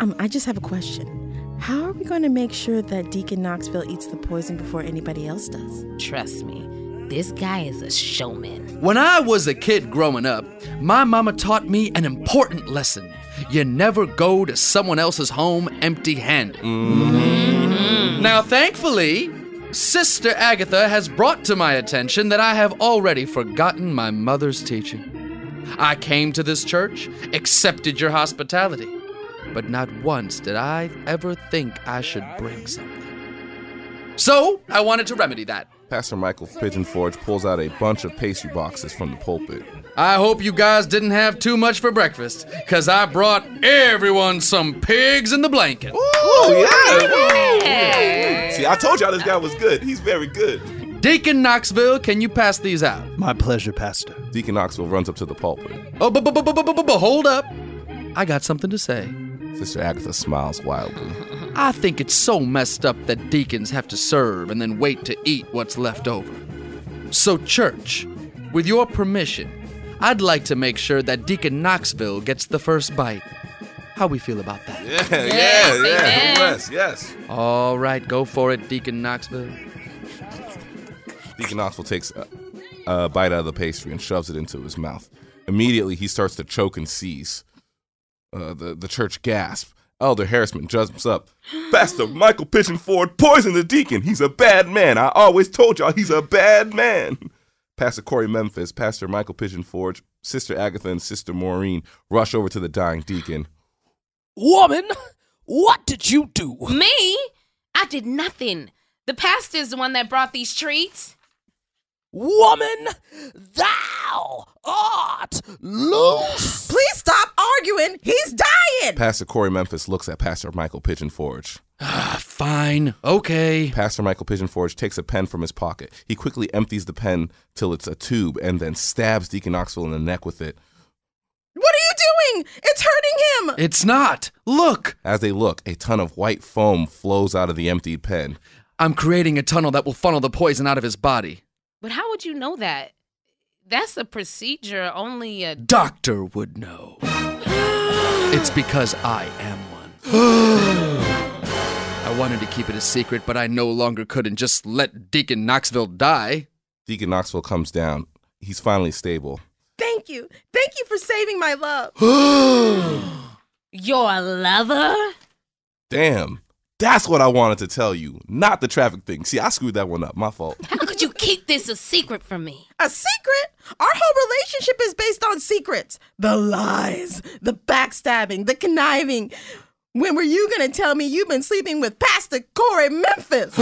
Speaker 7: Um, I just have a question. How are we going to make sure that Deacon Knoxville eats the poison before anybody else does?
Speaker 6: Trust me, this guy is a showman.
Speaker 8: When I was a kid growing up, my mama taught me an important lesson. You never go to someone else's home empty handed. Now, thankfully, Sister Agatha has brought to my attention that I have already forgotten my mother's teaching. I came to this church, accepted your hospitality, but not once did I ever think I should bring something. So, I wanted to remedy that.
Speaker 4: Pastor Michael Pigeon Forge pulls out a bunch of pastry boxes from the pulpit.
Speaker 8: I hope you guys didn't have too much for breakfast, because I brought everyone some pigs in the blanket.
Speaker 4: Oh yeah! See, I told y'all this guy was good. He's very good.
Speaker 8: Deacon Knoxville, can you pass these out?
Speaker 10: My pleasure, Pastor.
Speaker 4: Deacon Knoxville runs up to the pulpit.
Speaker 8: Oh, bu- bu- bu- bu- bu- bu- bu- hold up. I got something to say.
Speaker 4: Sister Agatha smiles wildly.
Speaker 8: I think it's so messed up that deacons have to serve and then wait to eat what's left over. So, church, with your permission, I'd like to make sure that Deacon Knoxville gets the first bite. How we feel about that?
Speaker 4: Yeah, yeah,
Speaker 6: Yes, amen.
Speaker 4: Yes, yes.
Speaker 8: All right, go for it, Deacon Knoxville.
Speaker 4: Deacon Knoxville takes a, a bite out of the pastry and shoves it into his mouth. Immediately, he starts to choke and seize. Uh, the, the church gasp. Elder Harrisman jumps up. Pastor Michael Pigeon Ford poisoned the deacon. He's a bad man. I always told y'all he's a bad man. Pastor Corey Memphis, Pastor Michael Pigeon Ford, Sister Agatha, and Sister Maureen rush over to the dying deacon.
Speaker 5: Woman, what did you do?
Speaker 6: Me? I did nothing. The pastor's the one that brought these treats.
Speaker 5: Woman, thou art loose.
Speaker 7: Please stop arguing. He's dying.
Speaker 4: Pastor Corey Memphis looks at Pastor Michael Pigeon Forge.
Speaker 8: Ah, fine. Okay.
Speaker 4: Pastor Michael Pigeon Forge takes a pen from his pocket. He quickly empties the pen till it's a tube and then stabs Deacon Oxville in the neck with it.
Speaker 7: What are you doing? It's hurting him.
Speaker 8: It's not. Look,
Speaker 4: As they look, a ton of white foam flows out of the emptied pen.
Speaker 8: I'm creating a tunnel that will funnel the poison out of his body.
Speaker 6: But how would you know that? That's a procedure only a.
Speaker 8: Doctor would know. it's because I am one. I wanted to keep it a secret, but I no longer could and just let Deacon Knoxville die.
Speaker 4: Deacon Knoxville comes down. He's finally stable.
Speaker 7: Thank you. Thank you for saving my love.
Speaker 6: You're a lover?
Speaker 4: Damn. That's what I wanted to tell you, not the traffic thing. See, I screwed that one up. My fault.
Speaker 6: How could you keep this a secret from me?
Speaker 7: A secret? Our whole relationship is based on secrets. The lies, the backstabbing, the conniving. When were you going to tell me you've been sleeping with Pastor Corey Memphis?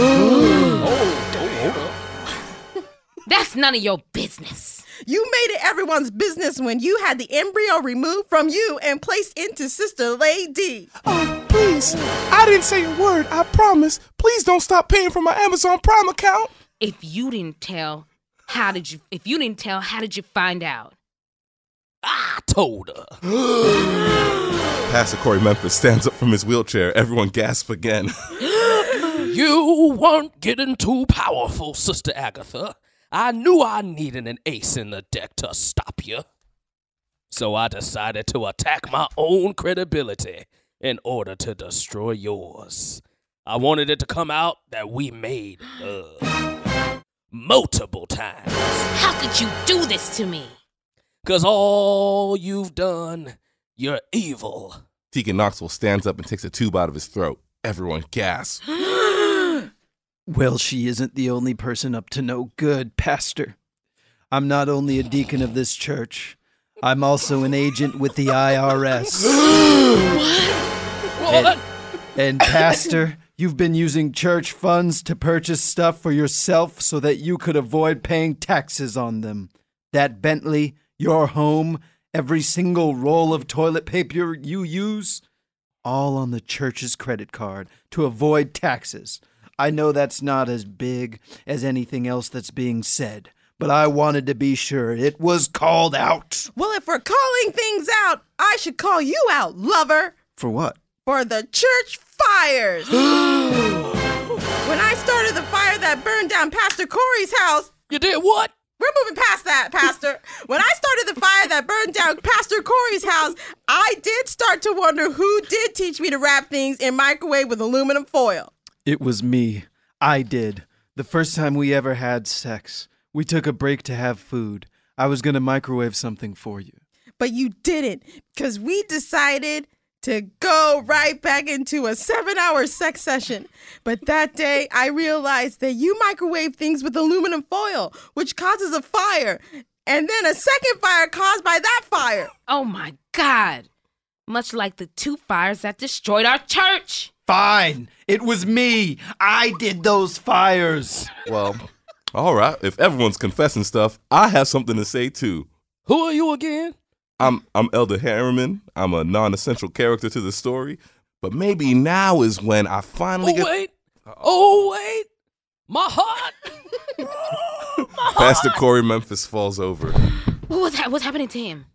Speaker 6: That's none of your business.
Speaker 7: you made it everyone's business when you had the embryo removed from you and placed into Sister Lady.
Speaker 4: Oh, please. I didn't say a word. I promise. Please don't stop paying for my Amazon Prime account.
Speaker 6: If you didn't tell, how did you. If you didn't tell, how did you find out?
Speaker 5: I told her.
Speaker 4: Pastor Corey Memphis stands up from his wheelchair. Everyone gasps again.
Speaker 5: You weren't getting too powerful, Sister Agatha. I knew I needed an ace in the deck to stop you. So I decided to attack my own credibility in order to destroy yours. I wanted it to come out that we made love multiple times.
Speaker 6: How could you do this to me?
Speaker 5: Cause all you've done, you're evil.
Speaker 4: Deacon Knoxville stands up and takes a tube out of his throat. Everyone gasps.
Speaker 10: Well, she isn't the only person up to no good, Pastor. I'm not only a deacon of this church, I'm also an agent with the IRS.
Speaker 5: What?
Speaker 10: And, Pastor, you've been using church funds to purchase stuff for yourself so that you could avoid paying taxes on them. That Bentley, your home, every single roll of toilet paper you use, all on the church's credit card to avoid taxes. I know that's not as big as anything else that's being said, but I wanted to be sure it was called out.
Speaker 7: Well, if we're calling things out, I should call you out, lover.
Speaker 10: For what?
Speaker 7: for the church fires. when I started the fire that burned down Pastor Corey's house,
Speaker 5: You did what?
Speaker 7: we're moving past that, Pastor. when I started the fire that burned down Pastor Corey's house, I did start to wonder who did teach me to wrap things in microwave with aluminum foil.
Speaker 10: It was me. I did. The first time we ever had sex, we took a break to have food. I was going to microwave something for you.
Speaker 7: But you didn't, because we decided to go right back into a seven hour sex session. But that day, I realized that you microwave things with aluminum foil, which causes a fire, and then a second fire caused by that fire.
Speaker 6: Oh my God. Much like the two fires that destroyed our church.
Speaker 10: Fine. It was me. I did those fires.
Speaker 4: Well, all right. If everyone's confessing stuff, I have something to say too.
Speaker 5: Who are you again?
Speaker 4: I'm I'm Elder Harriman. I'm a non-essential character to the story, but maybe now is when I finally
Speaker 5: Oh
Speaker 4: get.
Speaker 5: wait! Oh wait! My heart!
Speaker 4: Pastor Corey Memphis falls over.
Speaker 6: What was ha- what's happening to him?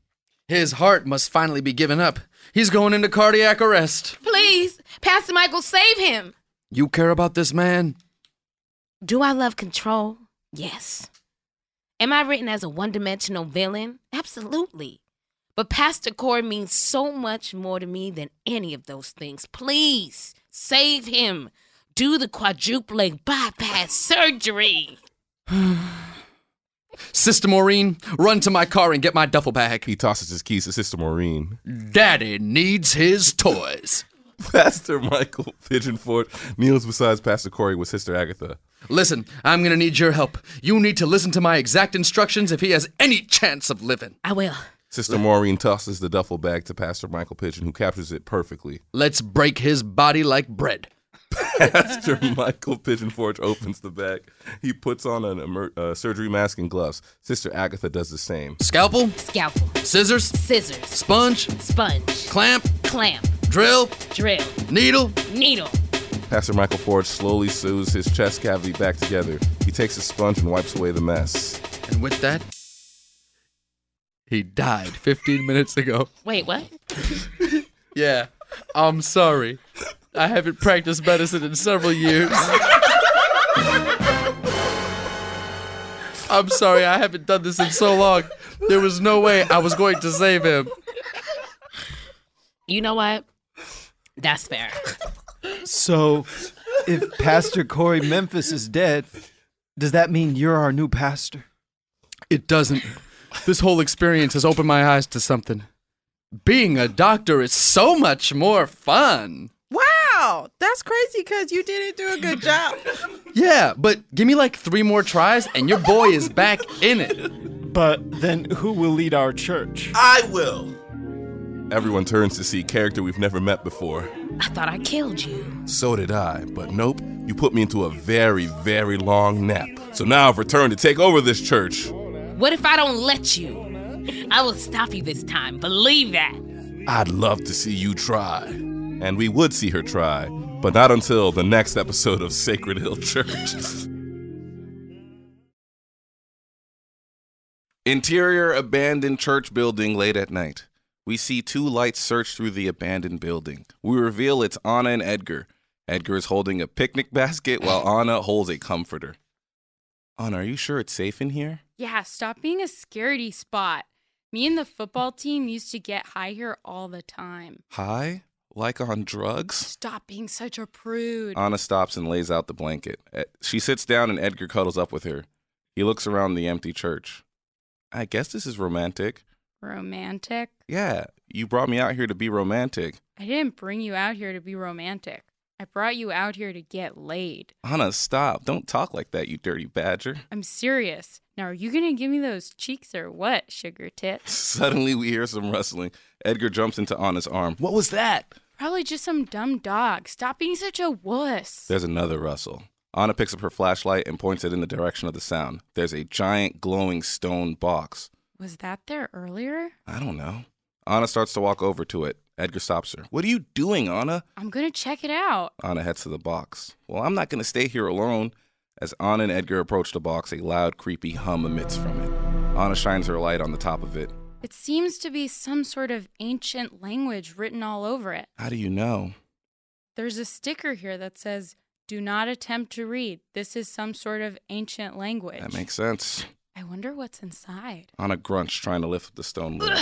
Speaker 8: His heart must finally be given up. He's going into cardiac arrest.
Speaker 6: Please, Pastor Michael, save him.
Speaker 8: You care about this man?
Speaker 6: Do I love control? Yes. Am I written as a one dimensional villain? Absolutely. But Pastor Corey means so much more to me than any of those things. Please save him. Do the quadruple bypass surgery.
Speaker 8: Sister Maureen, run to my car and get my duffel bag.
Speaker 4: He tosses his keys to Sister Maureen.
Speaker 8: Daddy needs his toys.
Speaker 4: Pastor Michael Pigeonford kneels beside Pastor Corey with Sister Agatha.
Speaker 8: Listen, I'm gonna need your help. You need to listen to my exact instructions if he has any chance of living.
Speaker 6: I will.
Speaker 4: Sister Maureen tosses the duffel bag to Pastor Michael Pigeon, who captures it perfectly.
Speaker 8: Let's break his body like bread.
Speaker 4: Pastor Michael Pigeonforge opens the bag. He puts on an emer- uh, surgery mask and gloves. Sister Agatha does the same.
Speaker 8: Scalpel,
Speaker 6: Scalpel,
Speaker 8: scissors,
Speaker 6: scissors,
Speaker 8: sponge,
Speaker 6: sponge,
Speaker 8: clamp,
Speaker 6: clamp,
Speaker 8: drill,
Speaker 6: drill,
Speaker 8: needle.
Speaker 6: needle.
Speaker 4: Pastor Michael Forge slowly sews his chest cavity back together. He takes a sponge and wipes away the mess.
Speaker 8: And with that, he died 15 minutes ago.
Speaker 6: Wait, what?
Speaker 8: Yeah, I'm sorry. I haven't practiced medicine in several years. I'm sorry, I haven't done this in so long. There was no way I was going to save him.
Speaker 6: You know what? That's fair.
Speaker 10: So, if Pastor Corey Memphis is dead, does that mean you're our new pastor?
Speaker 8: It doesn't. This whole experience has opened my eyes to something. Being a doctor is so much more fun.
Speaker 7: Wow, that's crazy because you didn't do a good job.
Speaker 8: Yeah, but give me like three more tries and your boy is back in it.
Speaker 9: But then who will lead our church?
Speaker 4: I will! Everyone turns to see a character we've never met before.
Speaker 6: I thought I killed you.
Speaker 4: So did I, but nope, you put me into a very, very long nap. So now I've returned to take over this church.
Speaker 6: What if I don't let you? I will stop you this time. Believe that.
Speaker 4: I'd love to see you try. And we would see her try, but not until the next episode of Sacred Hill Church. Interior abandoned church building late at night. We see two lights search through the abandoned building. We reveal it's Anna and Edgar. Edgar is holding a picnic basket while Anna holds a comforter. Anna, are you sure it's safe in here?
Speaker 11: Yeah, stop being a scaredy spot. Me and the football team used to get high here all the time.
Speaker 4: High? Like on drugs?
Speaker 11: Stop being such a prude.
Speaker 4: Anna stops and lays out the blanket. Eh, She sits down and Edgar cuddles up with her. He looks around the empty church. I guess this is romantic.
Speaker 11: romantic?
Speaker 4: Yeah, you brought me out here to be romantic.
Speaker 11: I didn't bring you out here to be romantic. I brought you out here to get laid.
Speaker 4: Anna, stop. Don't talk like that, you dirty badger.
Speaker 11: I'm serious. Now, are you gonna give me those cheeks or what, sugar tits?
Speaker 4: Suddenly, we hear some rustling. Edgar jumps into Anna's arm. What was that?
Speaker 11: Probably just some dumb dog. Stop being such a wuss.
Speaker 4: There's another rustle. Anna picks up her flashlight and points it in the direction of the sound. There's a giant glowing stone box.
Speaker 11: Was that there earlier?
Speaker 4: I don't know. Anna starts to walk over to it. Edgar stops her. What are you doing, Anna?
Speaker 11: I'm gonna check it out.
Speaker 4: Anna heads to the box. Well, I'm not going to stay here alone. As Anna and Edgar approach the box, a loud, creepy hum emits from it. Anna shines her light on the top of it.
Speaker 11: It seems to be some sort of ancient language written all over it.
Speaker 4: How do you know?
Speaker 11: There's a sticker here that says, Do not attempt to read. This is some sort of ancient language.
Speaker 4: That makes sense.
Speaker 11: I wonder what's inside.
Speaker 4: Anna grunts, trying to lift the stone lid.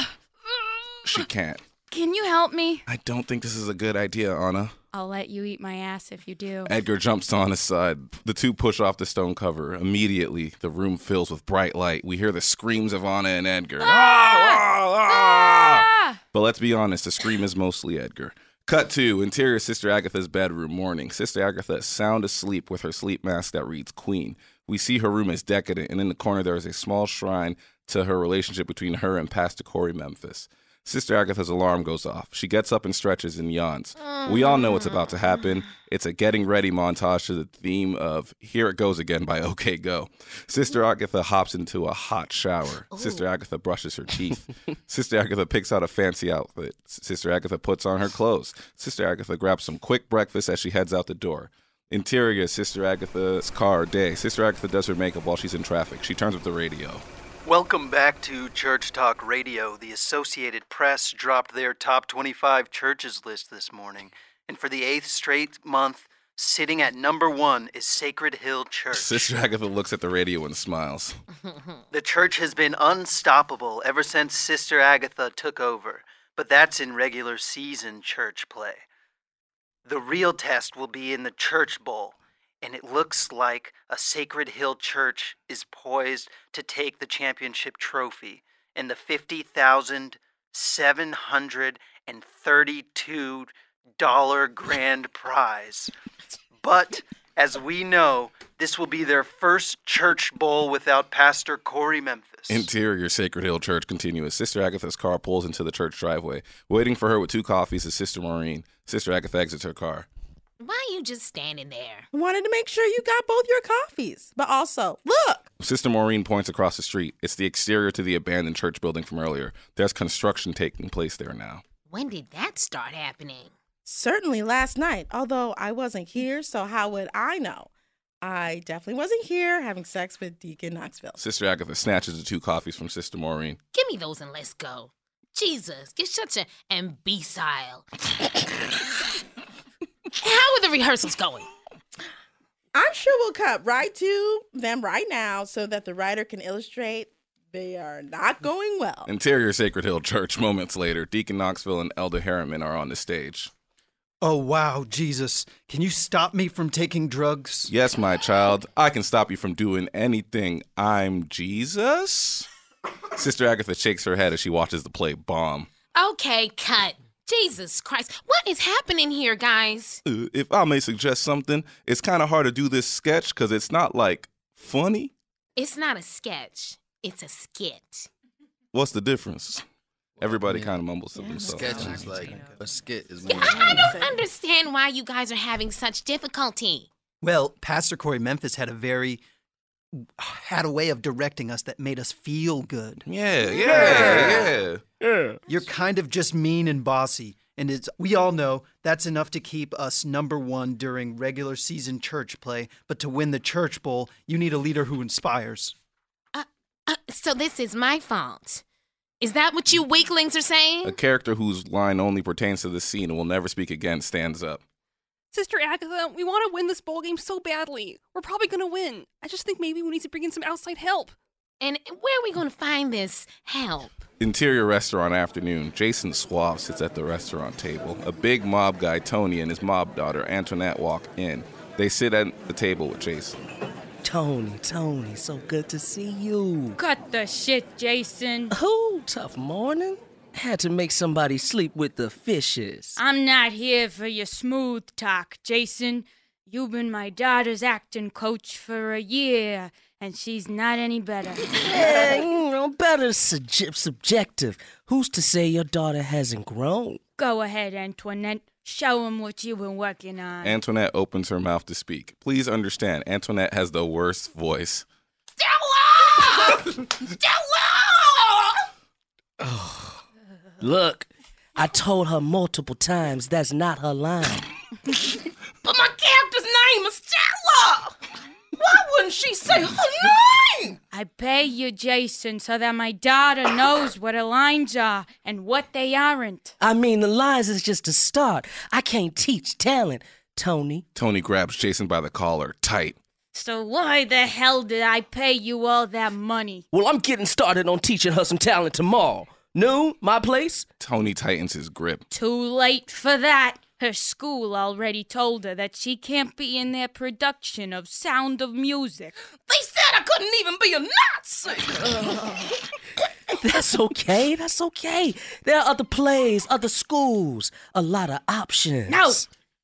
Speaker 4: she can't.
Speaker 11: Can you help me?
Speaker 4: I don't think this is a good idea, Anna.
Speaker 11: I'll let you eat my ass if you do.
Speaker 4: Edgar jumps to Anna's side. The two push off the stone cover. Immediately, the room fills with bright light. We hear the screams of Anna and Edgar.
Speaker 12: Ah!
Speaker 4: Ah! Ah!
Speaker 11: Ah!
Speaker 4: But let's be honest, the scream is mostly Edgar. Cut to interior Sister Agatha's bedroom morning. Sister Agatha is sound asleep with her sleep mask that reads Queen. We see her room as decadent, and in the corner there is a small shrine to her relationship between her and Pastor Corey Memphis. Sister Agatha's alarm goes off. She gets up and stretches and yawns. We all know what's about to happen. It's a getting ready montage to the theme of Here It Goes Again by OK Go. Sister Agatha hops into a hot shower. Sister Agatha brushes her teeth. Sister Agatha picks out a fancy outfit. S- Sister Agatha puts on her clothes. Sister Agatha grabs some quick breakfast as she heads out the door. interrogates Sister Agatha's car day. Sister Agatha does her makeup while she's in traffic. She turns up the radio.
Speaker 10: Welcome back to Church Talk Radio. The Associated Press dropped their top 25 churches list this morning, and for the eighth straight month, sitting at number one is Sacred Hill Church.
Speaker 4: Sister Agatha looks at the radio and smiles.
Speaker 10: The church has been unstoppable ever since Sister Agatha took over, but that's in regular season church play. The real test will be in the Church Bowl, and it looks like a Sacred Hill Church is poised to take the championship trophy and the 50,732 dollar grand prize. But as we know, this will be their first church bowl without Pastor Corey Memphis.
Speaker 4: Interior Sacred Hill Church continues. Sister Agatha's car pulls into the church driveway. Waiting for her with two coffees is Sister Maureen. Sister Agatha exits her car.
Speaker 6: Why you just standing there?
Speaker 7: Wanted to make sure you got both your coffees, but also look.
Speaker 4: Sister Maureen points across the street. It's the exterior to the abandoned church building from earlier. There's construction taking place there now.
Speaker 6: When did that start happening?
Speaker 7: Certainly last night, although I wasn't
Speaker 6: Mm.
Speaker 7: here, so how would I know? I definitely wasn't here having sex with Deacon Knoxville.
Speaker 4: Sister Agatha snatches the two coffees from Sister Maureen.
Speaker 6: Give me those and let's go. Jesus, get such an imbecile. How are the rehearsals going?
Speaker 7: I'm sure we'll cut right to them right now so that the writer can illustrate they are
Speaker 6: Mm.
Speaker 7: not going well.
Speaker 4: Interior Sacred Hill Church. Moments later, Deacon Knoxville and Elder Harriman are on the stage.
Speaker 10: Oh, wow, Jesus. Can you stop me from taking drugs?
Speaker 4: Yes, my child, I can stop you from doing anything. I'm Jesus. Sister Agatha shakes her head as she watches the play bomb.
Speaker 6: Okay, cut. Jesus Christ. What is happening here, guys?
Speaker 4: Uh, If I may suggest something, it's kind of hard to do this sketch because it's not like funny.
Speaker 6: It's not a sketch, it's a skit.
Speaker 4: What's the difference? Everybody kind of mumbles to themselves.
Speaker 8: Sketch is like a skit is
Speaker 6: Yeah,
Speaker 8: more.
Speaker 6: I, I don't understand why you guys are having such difficulty.
Speaker 10: Well, Pastor Corey Memphis had a very had a way of directing us that made us feel good.
Speaker 4: Yeah, yeah, yeah.
Speaker 10: You're kind of just mean and bossy, and it's we all know that's enough to keep us number 1 during regular season church play, but to win the church bowl, you need a leader who inspires.
Speaker 6: Uh, so this is my fault. Is that what you weaklings are
Speaker 4: A
Speaker 6: saying?
Speaker 4: character whose line only pertains to the scene and will never speak again stands up.
Speaker 13: Sister Agatha, we want to win this bowl game so badly. We're probably going to win. I just think maybe we need to bring in some outside help.
Speaker 6: And where are we going to find this help?
Speaker 4: Interior restaurant afternoon. Jason Suave sits at the restaurant table. A big mob guy, Tony, and his mob daughter, Antoinette, walk in. They sit at the table with Jason.
Speaker 3: Tony, Tony, so good to see you.
Speaker 14: Cut the shit, Jason.
Speaker 3: Who? Tough morning? Had to make somebody sleep with the fishes.
Speaker 14: I'm not here for your smooth talk, Jason. You've been my daughter's acting coach for a year, and she's not any better.
Speaker 3: Eh, you know, better sug- subjective. Who's to say your daughter hasn't grown?
Speaker 14: Go ahead, Antoinette. Show 'em what you've been working on.
Speaker 4: Antoinette opens her mouth to speak. Please understand, Antoinette has the worst voice.
Speaker 6: Stella! Stella!
Speaker 3: Look, I told her multiple times that's not her line.
Speaker 6: But my character's name is Stella! Why wouldn't she say her name?
Speaker 14: I pay you, Jason, so that my daughter knows what her lines are and what they aren't.
Speaker 3: I mean, the lines is just a start. I can't teach talent, Tony.
Speaker 4: Tony grabs Jason by the collar, tight.
Speaker 14: So why the hell did I pay you all that money?
Speaker 3: Well, I'm getting started on teaching her some talent tomorrow. Noon, my place?
Speaker 4: Tony tightens his grip.
Speaker 14: Too late for that. Her school already told her that she can't be in their production of Sound of Music.
Speaker 6: They said I couldn't even be a Nazi!
Speaker 3: That's okay, that's okay. There are other plays, other schools, a lot of options.
Speaker 14: No!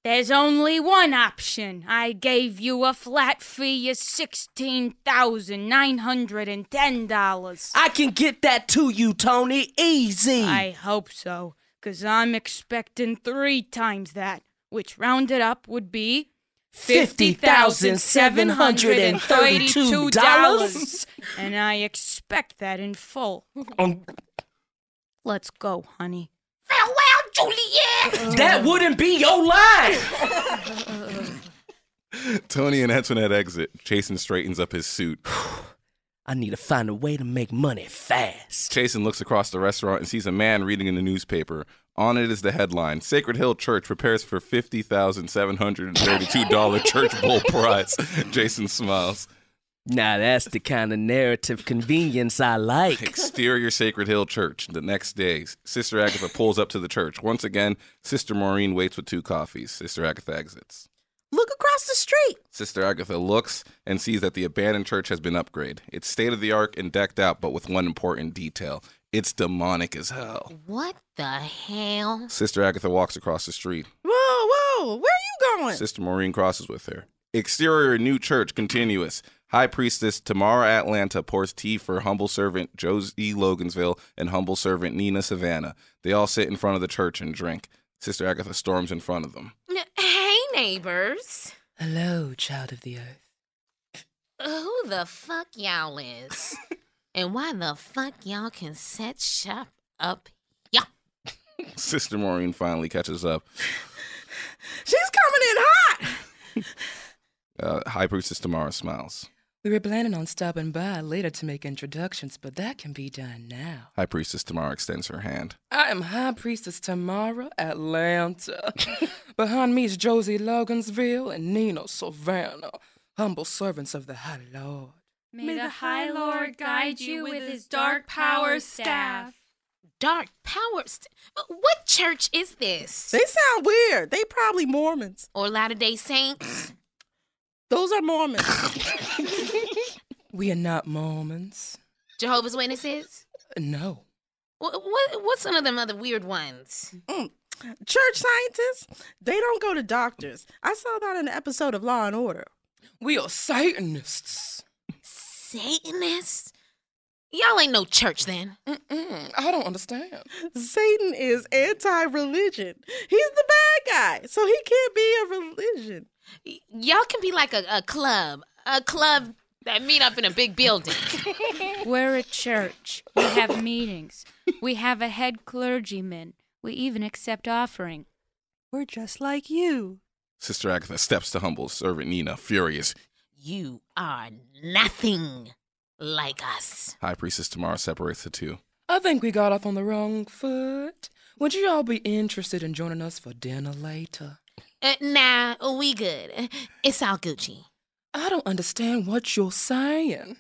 Speaker 14: There's only one option. I gave you a flat fee of $16,910.
Speaker 3: I can get that to you, Tony. Easy.
Speaker 14: I hope so, because I'm expecting three times that, which rounded up would be
Speaker 3: $50,732.
Speaker 14: and I expect that in full.
Speaker 3: Um,
Speaker 14: Let's go, honey.
Speaker 6: Farewell, Juliet!
Speaker 3: that wouldn't be your line.
Speaker 4: Tony and Antoinette exit. Chasen straightens up his suit.
Speaker 15: I need to find a way to make money fast.
Speaker 4: Chasen looks across the restaurant and sees a man reading in the newspaper. On it is the headline Sacred Hill Church prepares for $50,732 church bowl prize. Jason smiles.
Speaker 15: Now that's the kind of narrative convenience I like.
Speaker 4: Exterior Sacred Hill Church. The next day, Sister Agatha pulls up to the church. Once again, Sister Maureen waits with two coffees. Sister Agatha exits.
Speaker 7: Look across the street.
Speaker 4: Sister Agatha looks and sees that the abandoned church has been upgraded. It's state of the art and decked out, but with one important detail it's demonic as hell.
Speaker 6: What the hell?
Speaker 4: Sister Agatha walks across the street.
Speaker 7: Whoa, whoa. Where are you going?
Speaker 4: Sister Maureen crosses with her. Exterior new church continuous. High priestess Tamara Atlanta pours tea for humble servant Josie Logansville and humble servant Nina Savannah. They all sit in front of the church and drink. Sister Agatha storms in front of them.
Speaker 6: N- Hey, neighbors.
Speaker 16: Hello, child of the earth.
Speaker 6: Who the fuck y'all is? and why the fuck y'all can set shop up?
Speaker 4: Sister Maureen finally catches up.
Speaker 7: She's coming in hot.
Speaker 4: Uh, High priestess Tamara smiles.
Speaker 16: We were planning on stopping by later to make introductions, but that can be done now.
Speaker 4: High priestess Tamara extends her hand.
Speaker 16: I am High Priestess Tamara Atlanta. Behind me is Josie Logansville and Nino Savannah, humble servants of the High Lord.
Speaker 11: May the High Lord guide you with his dark power staff.
Speaker 6: Dark power. St- uh, what church is this?
Speaker 7: They sound weird. They probably Mormons.
Speaker 6: Or Latter day Saints.
Speaker 7: Those are Mormons.
Speaker 16: We are not Mormons.
Speaker 6: Jehovah's Witnesses?
Speaker 16: No.
Speaker 6: What, what, what's some of them other weird ones?
Speaker 7: Uh. Church scientists, they don't go to doctors. I saw that in an episode of Law and Order.
Speaker 16: We are Satanists.
Speaker 6: Satanists? Y'all ain't no church then.
Speaker 16: Mm-mm, I don't understand.
Speaker 7: Satan is anti religion. He's the bad guy, so he can't be a religion.
Speaker 6: Y'all can be like a, a club, a club that meet up in a big building.
Speaker 11: We're a church. We have meetings. We have a head clergyman. We even accept offering. We're just like you.
Speaker 4: Sister Agatha steps to humble servant Nina, furious.
Speaker 6: You are nothing like us.
Speaker 4: High priestess Tamara separates the two.
Speaker 16: I think we got off on the wrong foot. Would you all be interested in joining us for dinner later?
Speaker 6: Uh, nah, we good. It's all Gucci.
Speaker 16: I don't understand what you're saying.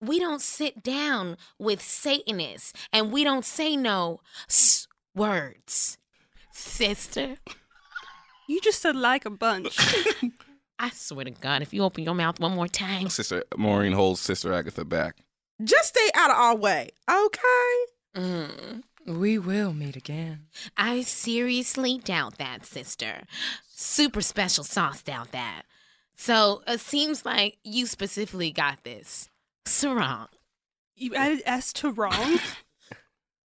Speaker 6: We don't sit down with Satanists and we don't say no s- words. Sister,
Speaker 13: You just said like a bunch.
Speaker 6: I swear to God, if you open your mouth one more time.
Speaker 4: Sister Maureen holds Sister Agatha back.
Speaker 7: Just stay out of our way, okay?
Speaker 16: Mm. We will meet again.
Speaker 6: I seriously doubt that, sister. Super special sauce doubt that. So it seems like you specifically got this. Sarong.
Speaker 13: You added S to wrong?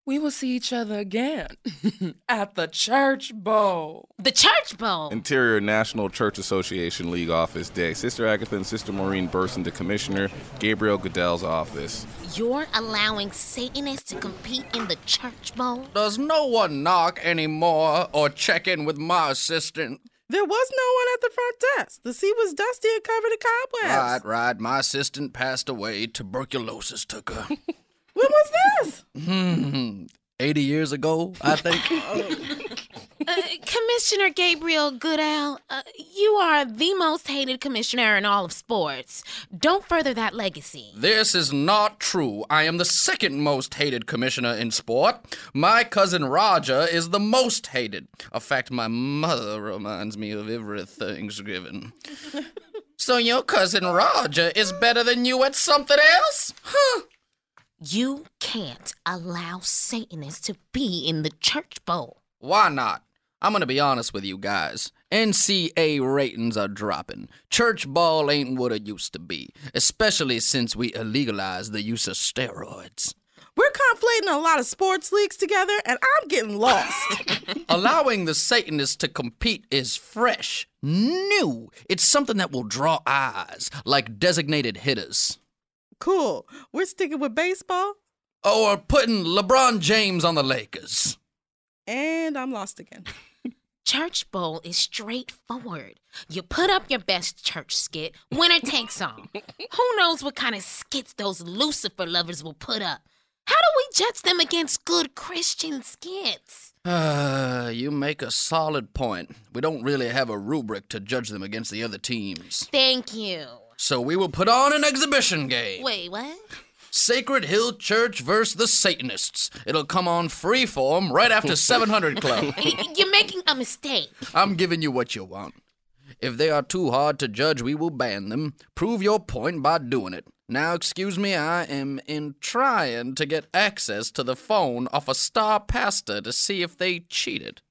Speaker 16: We will see each other again at the church bowl.
Speaker 6: The church bowl?
Speaker 4: Interior National Church Association League office day. Sister Agatha and Sister Maureen burst into Commissioner Gabriel Goodell's office.
Speaker 6: You're allowing Satanists to compete in the church bowl?
Speaker 8: Does no one knock anymore or check in with my assistant?
Speaker 7: There was no one at the front desk. The seat was dusty and covered in
Speaker 8: Right,
Speaker 7: cobwebs.
Speaker 8: right. My assistant passed away. Tuberculosis took her.
Speaker 7: When was this?
Speaker 8: Hmm, 80 years ago, I think.
Speaker 6: Uh, commissioner Gabriel Goodell, uh, you are the most hated commissioner in all of sports. Don't further that legacy.
Speaker 8: This is not true. I am the second most hated commissioner in sport. My cousin Roger is the most hated. A fact my mother reminds me of every Thanksgiving. so your cousin Roger is better than you at something else? Huh.
Speaker 6: You can't allow Satanists to be in the church bowl.
Speaker 8: Why not? I'm gonna be honest with you guys. NCA ratings are dropping. Church ball ain't what it used to be, especially since we illegalized the use of steroids.
Speaker 7: We're conflating a lot of sports leagues together, and I'm getting lost.
Speaker 8: Allowing the Satanists to compete is fresh, new. It's something that will draw eyes, like designated hitters.
Speaker 7: cool. We're sticking with baseball,
Speaker 8: Or putting LeBron James on the Lakers.
Speaker 7: and I'm lost again.
Speaker 6: Church Bowl is straightforward. You put up your best church skit, winner takes all. Who knows what kind of skits those Lucifer lovers will put up? How do we judge them against good Christian skits?
Speaker 8: Uh, you make a solid point. We don't really have a rubric to judge them against the other teams.
Speaker 6: Thank you.
Speaker 8: So we will put on an exhibition game.
Speaker 6: Wait, what?
Speaker 8: Sacred Hill Church versus the Satanists. It'll come on freeform right after 700 Club.
Speaker 6: You're making a mistake.
Speaker 8: I'm giving you what you want. If they are too hard to judge, we will ban them. Prove your point by doing it. Now, excuse me, I am in trying to get access to the phone off a star pastor to see if they cheated.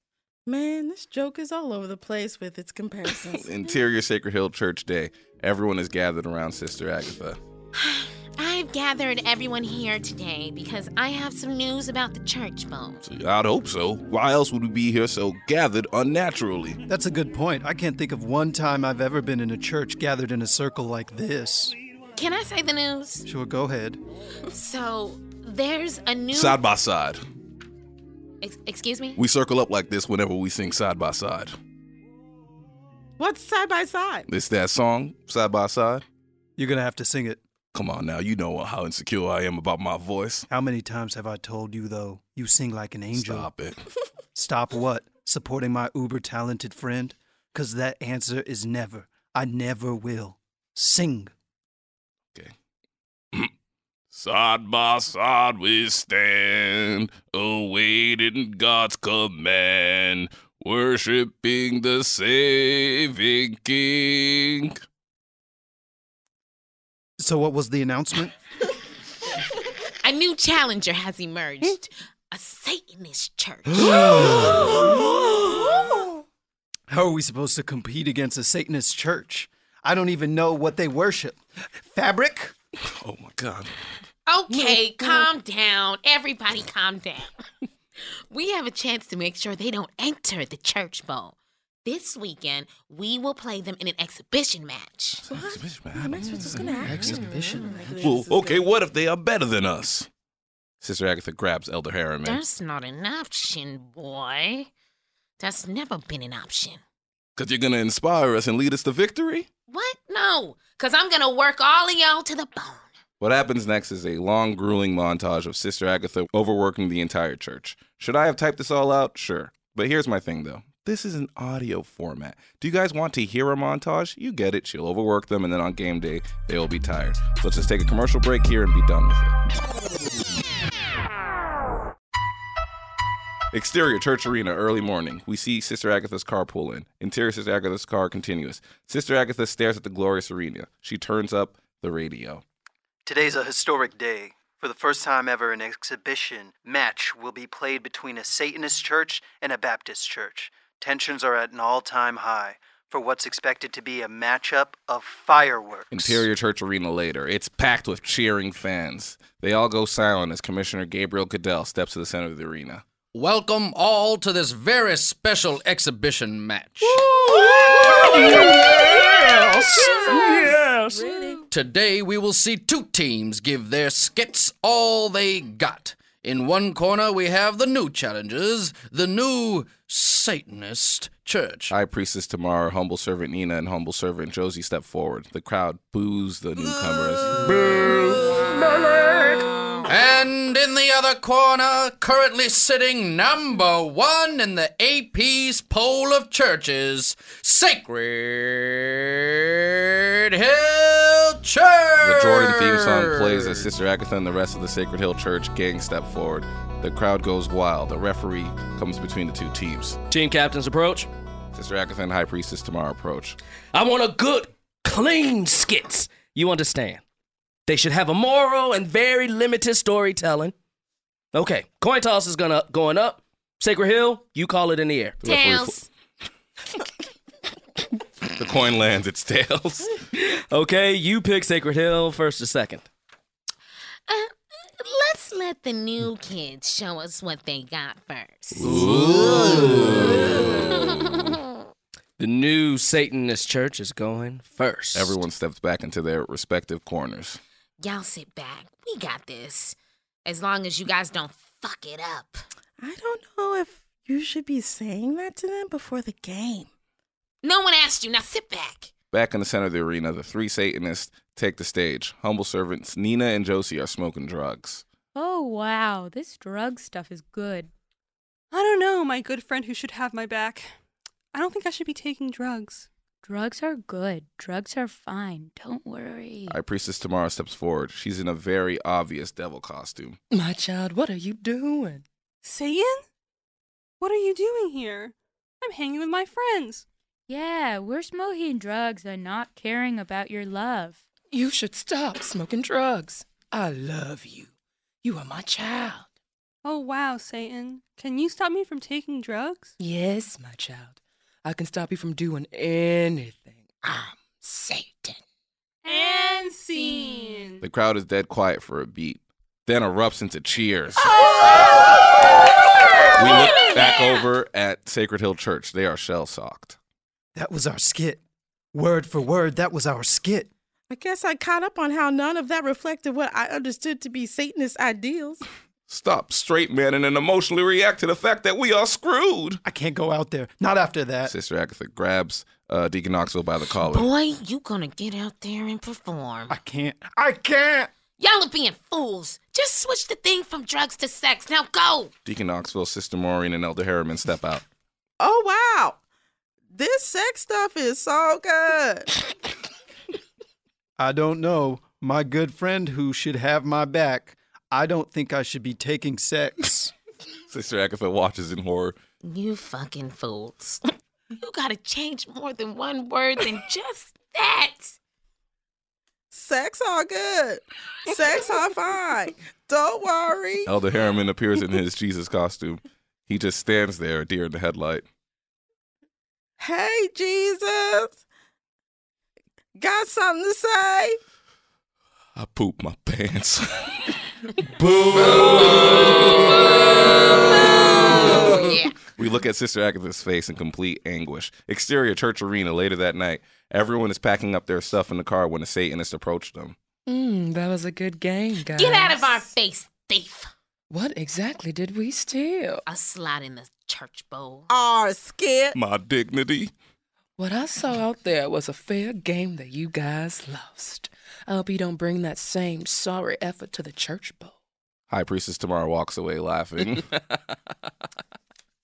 Speaker 7: Man, this joke is all over the place with its comparisons.
Speaker 4: Interior Sacred Hill Church Day. Everyone is gathered around Sister Agatha.
Speaker 6: I've gathered everyone here today because I have some news about the church bowl.
Speaker 4: I'd hope so. Why else would we be here so gathered unnaturally?
Speaker 10: That's a good point. I can't think of one time I've ever been in a church gathered in a circle like this.
Speaker 6: Can I say the news?
Speaker 10: Sure, go ahead.
Speaker 6: So there's a new
Speaker 4: Side by side.
Speaker 6: Ex- excuse me.
Speaker 4: We circle up like this whenever we sing side by side.
Speaker 7: What's side by side?
Speaker 4: It's that song, Side by Side.
Speaker 10: You're going to have to sing it.
Speaker 4: Come on now, you know how insecure I am about my voice.
Speaker 10: How many times have I told you, though, you sing like an angel?
Speaker 4: Stop it.
Speaker 10: Stop what? Supporting my uber talented friend? Because that answer is never. I never will. Sing.
Speaker 4: Side by side we stand, awaiting God's command, worshiping the saving King.
Speaker 10: So, what was the announcement?
Speaker 6: A new challenger has emerged. A Satanist church.
Speaker 10: How are we supposed to compete against a Satanist church? I don't even know what they worship. Fabric?
Speaker 4: Oh my God.
Speaker 6: Okay, calm down. Everybody calm down. we have a chance to make sure they don't enter the church bowl. This weekend, we will play them in an exhibition match.
Speaker 8: Exhibition.
Speaker 4: Well, okay, what if they are better than us? Sister Agatha grabs Elder Harriman.
Speaker 6: That's not an option, boy. That's never been an option.
Speaker 4: Because you're going to inspire us and lead us to victory?
Speaker 6: What? No, because I'm going to work all of y'all to the bone.
Speaker 4: What happens next is a long, grueling montage of Sister Agatha overworking the entire church. Should I have typed this all out? Sure. But here's my thing, though. This is an audio format. Do you guys want to hear a montage? You get it. She'll overwork them, and then on game day, they will be tired. So let's just take a commercial break here and be done with it. Exterior church arena, early morning. We see Sister Agatha's car pull in. Interior Sister Agatha's car continues. Sister Agatha stares at the glorious arena. She turns up the radio.
Speaker 10: Today's a historic day. For the first time ever, an exhibition match will be played between a Satanist church and a Baptist church. Tensions are at an all time high for what's expected to be a matchup of fireworks.
Speaker 4: Interior Church Arena later. It's packed with cheering fans. They all go silent as Commissioner Gabriel Goodell steps to the center of the arena.
Speaker 8: Welcome all to this very special exhibition match.
Speaker 16: Yes.
Speaker 8: Today we will see two teams give their skits all they got. In one corner we have the new challengers, the new Satanist church.
Speaker 4: High Priestess Tamara, Humble Servant Nina, and Humble Servant Josie step forward. The crowd boos the newcomers.
Speaker 8: And in the other corner, currently sitting number one in the AP's poll of churches, Sacred Hill Church.
Speaker 4: The Jordan theme song plays as Sister Agatha and the rest of the Sacred Hill Church gang step forward. The crowd goes wild. The referee comes between the two teams.
Speaker 15: Team captain's approach.
Speaker 4: Sister Agatha and High Priestess Tamara approach.
Speaker 15: I want a good, clean skits. You understand? They should have a moral and very limited storytelling. Okay, coin toss is gonna going up. Sacred Hill, you call it in the air.
Speaker 4: The referee Tails. The coin lands its tails.
Speaker 15: okay, you pick Sacred Hill first or second.
Speaker 6: Let's let the new kids show us what they got first.
Speaker 15: The new Satanist church is going first.
Speaker 4: Everyone steps back into their respective corners.
Speaker 6: Y'all sit back. We got this. As long as you guys don't fuck it up.
Speaker 7: I don't know if You should be saying that to them before the game.
Speaker 6: No one asked you. Now sit back.
Speaker 4: Back in the center of the arena, the three Satanists take the stage. Humble servants Nina and Josie are smoking drugs.
Speaker 11: Oh, wow. This drug stuff is good.
Speaker 13: I don't know, my good friend who should have my back. I don't think I should be taking drugs.
Speaker 11: Drugs are good. Drugs are fine. Don't worry.
Speaker 4: Our priestess Tamara steps forward. She's in a very obvious devil costume.
Speaker 16: My child, what are you doing?
Speaker 13: Satan? What are you doing here? I'm hanging with my friends.
Speaker 11: Yeah, we're smoking drugs and not caring about your love.
Speaker 16: You should stop smoking drugs. I love you. You are my child.
Speaker 13: Oh, wow, Satan. Can you stop me from taking drugs?
Speaker 16: Yes, my child. I can stop you from doing anything. Ah. I'm Satan.
Speaker 13: And scene.
Speaker 4: The crowd is dead quiet for a beat, then erupts into cheers.
Speaker 13: Oh!
Speaker 4: We look back over at Sacred Hill Church. They are shell shocked.
Speaker 10: That was our skit. Word for word, that was our skit.
Speaker 7: I guess I caught up on how none of that reflected what I understood to be Satanist ideals.
Speaker 4: Stop straight manning and emotionally react to the fact that we are screwed.
Speaker 10: I can't go out there. Not after that.
Speaker 4: Sister Agatha grabs uh, Deacon Oxo by the collar.
Speaker 6: Boy, you gonna get out there and perform.
Speaker 4: Can't.
Speaker 10: I can't.
Speaker 6: Y'all are being fools. Just switch the thing from drugs to sex. Now go.
Speaker 4: Deacon Knoxville, Sister Maureen, and Elder Harriman step out.
Speaker 7: Oh wow. This sex stuff is so good.
Speaker 10: I don't know. My good friend who should have my back. I don't think I should be taking sex.
Speaker 4: Sister Agatha watches in horror.
Speaker 6: You fucking fools. You gotta change more than one word than just that.
Speaker 7: Sex all good. Sex all fine. Don't worry.
Speaker 4: Elder Harriman appears in his Jesus costume. He just stands there, a deer in the headlight.
Speaker 7: Hey Jesus. Got something to say?
Speaker 4: I poop my pants. We look at Sister Agatha's face in complete anguish. Exterior church arena later that night. Everyone is packing up their stuff in the car when the Satanist approached them.
Speaker 16: Mm, that was a good game, guys.
Speaker 6: Get out of our face, thief.
Speaker 16: What exactly did we steal?
Speaker 6: A slot in the church bowl.
Speaker 7: Our skit.
Speaker 4: My dignity.
Speaker 16: What I saw out there was a fair game that you guys lost. I hope you don't bring that same sorry effort to the church bowl.
Speaker 4: High Priestess Tamara walks away laughing.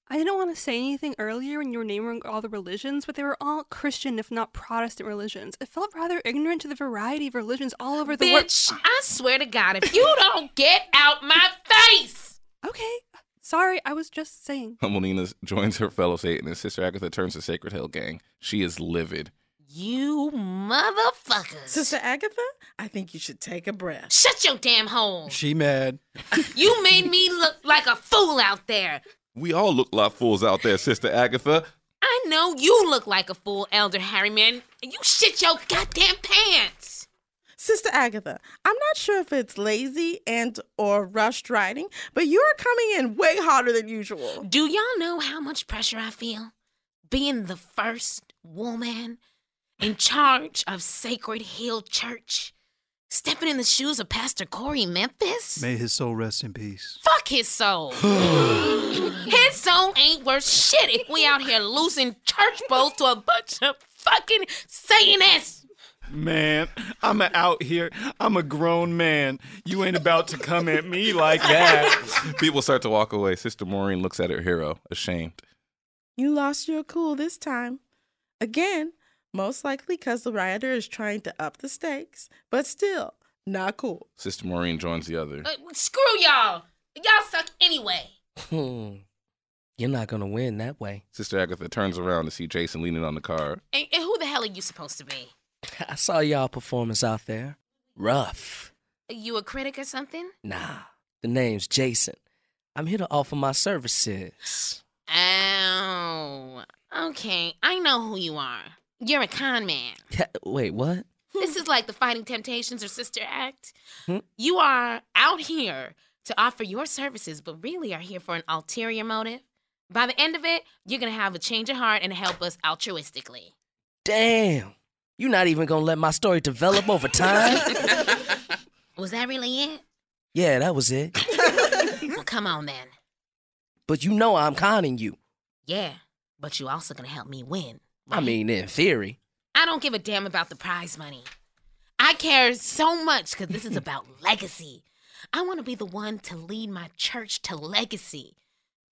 Speaker 13: I didn't want to say anything earlier when you were naming all the religions, but they were all Christian, if not Protestant religions. It felt rather ignorant to the variety of religions all over the world.
Speaker 6: Bitch, I swear to God, if you don't get out my face.
Speaker 13: Okay. Sorry, I was just saying.
Speaker 4: Humble Nina joins her fellow Satanist. Sister Agatha turns to Sacred Hill Gang. She is livid.
Speaker 6: You motherfuckers.
Speaker 7: Sister Agatha, I think you should take a breath.
Speaker 6: Shut your damn hole.
Speaker 10: She mad.
Speaker 6: You made me look like a fool out there.
Speaker 4: We all look like fools out there, Sister Agatha.
Speaker 6: I know you look like a fool, Elder Harryman. and You shit your goddamn pants.
Speaker 7: Sister Agatha, I'm not sure if it's lazy and or rushed writing, but you are coming in way harder than usual.
Speaker 6: Do y'all know how much pressure I feel? Being the first woman in charge of Sacred Hill Church. Stepping in the shoes of Pastor Corey Memphis?
Speaker 10: May his soul rest in peace.
Speaker 6: Fuck his soul. his soul ain't worth shit if we out here losing church bowls to a bunch of fucking Satanists.
Speaker 9: Man, I'm a out here. I'm a grown man. You ain't about to come at me like that.
Speaker 4: People start to walk away. Sister Maureen looks at her hero, ashamed.
Speaker 7: You lost your cool this time. Again, most likely because the rioter is trying to up the stakes, but still, not cool.
Speaker 4: Sister Maureen joins the other.
Speaker 6: Uh, screw y'all. Y'all suck anyway.
Speaker 15: Hmm. You're not gonna win that way.
Speaker 4: Sister Agatha turns around to see Jason leaning on the car.
Speaker 6: And, and who the hell are you supposed to be?
Speaker 15: I saw y'all performance out there. Rough.
Speaker 6: Are you a critic or something?
Speaker 15: Nah. The name's Jason. I'm here to offer my services.
Speaker 6: Oh. Okay, I know who you are. You're a con man.
Speaker 15: Wait, what?
Speaker 6: This is like the Fighting Temptations or Sister Act.
Speaker 15: Hmm?
Speaker 6: You are out here to offer your services, but really are here for an ulterior motive. By the end of it, you're gonna have a change of heart and help us altruistically.
Speaker 15: Damn. You're not even gonna let my story develop over time?
Speaker 6: Was that really it?
Speaker 15: yeah, that was it.
Speaker 6: well, come on then.
Speaker 3: but you know I'm conning you.
Speaker 6: Yeah, but you also gonna help me win.
Speaker 3: I mean, in theory.
Speaker 6: I don't give a damn about the prize money. I care so much because this is about legacy. I want to be the one to lead my church to legacy.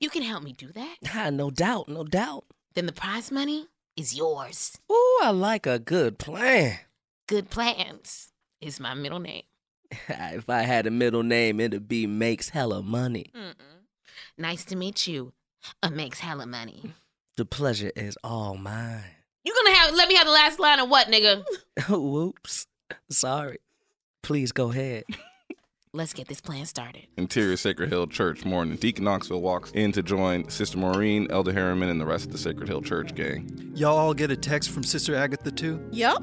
Speaker 6: You can help me do that.
Speaker 3: Ah, no doubt, no doubt.
Speaker 6: Then the prize money is yours.
Speaker 3: Ooh, I like a good plan.
Speaker 6: Good plans is my middle name.
Speaker 3: if I had a middle name, it'd be makes hella money.
Speaker 6: Mm-mm. Nice to meet you. Uh, makes hella money.
Speaker 3: The pleasure is all mine.
Speaker 6: You gonna have let me have the last line of what, nigga?
Speaker 3: Whoops. Sorry. Please go ahead.
Speaker 6: Let's get this plan started.
Speaker 4: Interior Sacred Hill Church morning. Deacon Knoxville walks in to join Sister Maureen, Elder Harriman, and the rest of the Sacred Hill Church gang.
Speaker 10: Y'all all get a text from Sister Agatha too?
Speaker 7: Yep.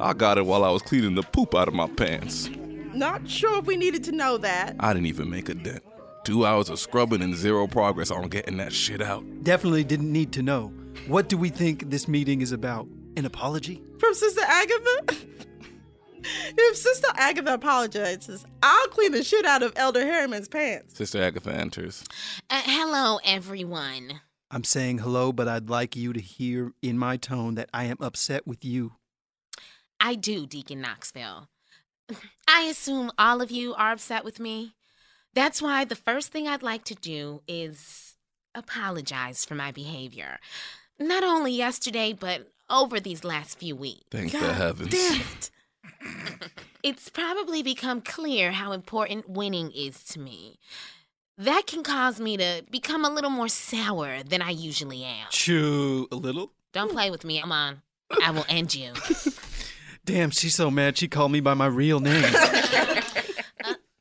Speaker 4: I got it while I was cleaning the poop out of my pants.
Speaker 7: Not sure if we needed to know that.
Speaker 4: I didn't even make a dent. Two hours of scrubbing and zero progress on getting that shit out.
Speaker 10: Definitely didn't need to know. What do we think this meeting is about? An apology?
Speaker 7: From Sister Agatha? if Sister Agatha apologizes, I'll clean the shit out of Elder Harriman's pants.
Speaker 4: Sister Agatha enters.
Speaker 6: Uh, hello, everyone.
Speaker 10: I'm saying hello, but I'd like you to hear in my tone that I am upset with you.
Speaker 6: I do, Deacon Knoxville. I assume all of you are upset with me. That's why the first thing I'd like to do is apologize for my behavior. Not only yesterday, but over these last few weeks.
Speaker 4: Thank the heavens.
Speaker 6: It's probably become clear how important winning is to me. That can cause me to become a little more sour than I usually am.
Speaker 10: Chew a little?
Speaker 6: Don't play with me, Amon. I will end you.
Speaker 10: Damn, she's so mad she called me by my real name.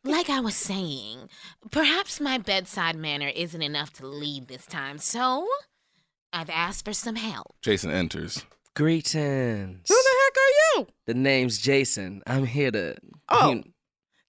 Speaker 6: Like I was saying, perhaps my bedside manner isn't enough to lead this time, so I've asked for some help.
Speaker 4: Jason enters.
Speaker 3: Greetings.
Speaker 7: Who the heck are you?
Speaker 3: The name's Jason. I'm here to.
Speaker 7: Oh.
Speaker 3: you-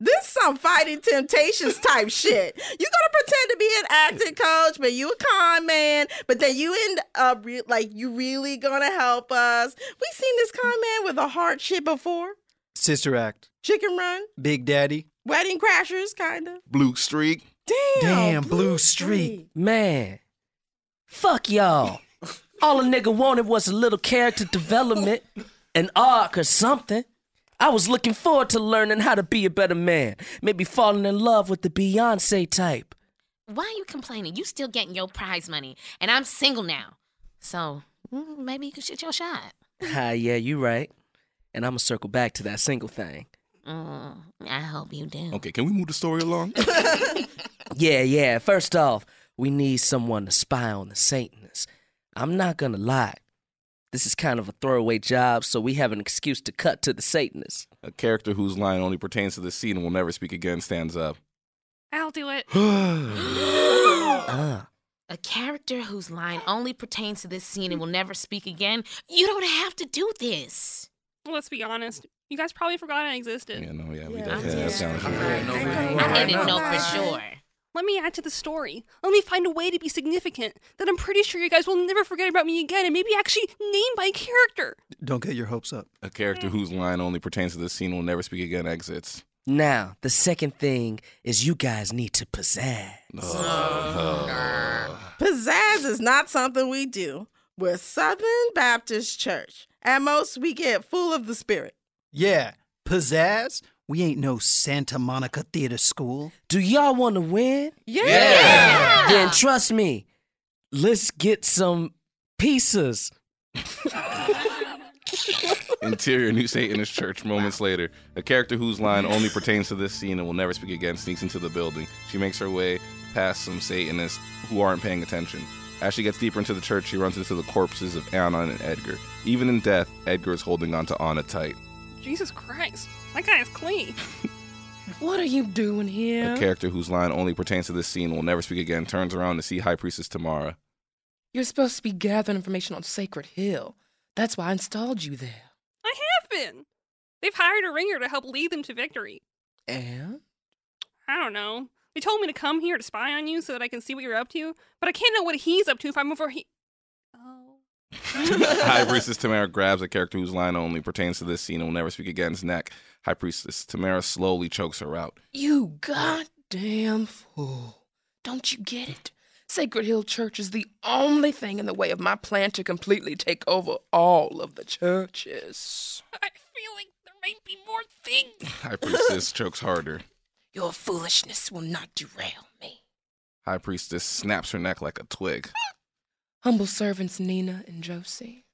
Speaker 7: This some fighting temptations type shit. You gonna pretend to be an acting coach, but you a con man, but then you end up re- like you really gonna help us. We seen this con man with a hard shit before.
Speaker 10: Sister Act.
Speaker 7: Chicken run,
Speaker 10: Big Daddy.
Speaker 7: wedding crashers, kinda.
Speaker 4: Blue Streak.
Speaker 7: Damn.
Speaker 10: Damn, Blue Streak.
Speaker 3: Man, fuck y'all. All a nigga wanted was a little character development, an arc or something. I was looking forward to learning how to be a better man. Maybe falling in love with the Beyonce type.
Speaker 6: Why are you complaining? You still getting your prize money, and I'm single now. So mm, maybe you can shoot your shot.
Speaker 3: Ah, yeah, you right. And I'ma circle back to that single thing.
Speaker 6: Mm, I hope you do.
Speaker 4: Mm. Okay, can we move the story along?
Speaker 3: Yeah, yeah. First off, we need someone to spy on the Satanists. I'm not gonna lie. This is kind of a throwaway job, so we have an excuse to cut to the Satanists.
Speaker 4: A character whose line only pertains to this scene and will never speak again stands up.
Speaker 17: I'll do it.
Speaker 4: Ah.
Speaker 6: A character whose line only pertains to this scene and will never speak again. You don't have to do this.
Speaker 13: Let's be honest. You guys probably forgot I existed.
Speaker 4: Yeah, no, yeah, we
Speaker 13: Yeah.
Speaker 4: definitely have sound effects.
Speaker 6: I didn't know for sure.
Speaker 13: Let me add to the story. Let me find a way to be significant that I'm pretty sure you guys will never forget about me again and maybe actually name my character.
Speaker 10: Don't get your hopes up.
Speaker 4: A character whose line only pertains to this scene and will never speak again exits.
Speaker 3: Now, the second thing is you guys need to pizzazz.
Speaker 4: Oh,
Speaker 7: Pizzazz is not something we do. We're Southern Baptist Church. At most, we get full of the spirit.
Speaker 10: Yeah, pizzazz? We ain't no Santa Monica Theater School.
Speaker 3: Do y'all want to win?
Speaker 7: Yeah.
Speaker 3: Then trust me, let's get some pieces.
Speaker 4: Interior New Satanist Church moments later. A character whose line only pertains to this scene and will never speak again sneaks into the building. She makes her way past some Satanists who aren't paying attention. As she gets deeper into the church, she runs into the corpses of Anna and Edgar. Even in death, Edgar is holding on to Anna tight.
Speaker 13: Jesus Christ. That guy is clean.
Speaker 16: What are you doing here?
Speaker 4: A character whose line only pertains to this scene and will never speak again turns around to see High Priestess Tamara.
Speaker 16: You're supposed to be gathering information on Sacred Hill. That's why I installed you there.
Speaker 13: I have been. They've hired a ringer to help lead them to victory.
Speaker 16: And?
Speaker 13: I don't know. They told me to come here to spy on you so that I can see what you're up to, but I can't know what he's up to if I'm over here.
Speaker 4: High Priestess Tamara grabs a character whose line only pertains to this scene and will never speak again's neck. High Priestess Tamara slowly chokes her out.
Speaker 16: You goddamn fool. Don't you get it? Sacred Hill Church is the only thing in the way of my plan to completely take over all of the churches.
Speaker 6: More things.
Speaker 4: High Priestess chokes harder.
Speaker 16: Your foolishness will not derail.
Speaker 4: High Priestess snaps her neck like a twig.
Speaker 16: Humble servants Nina and Josie.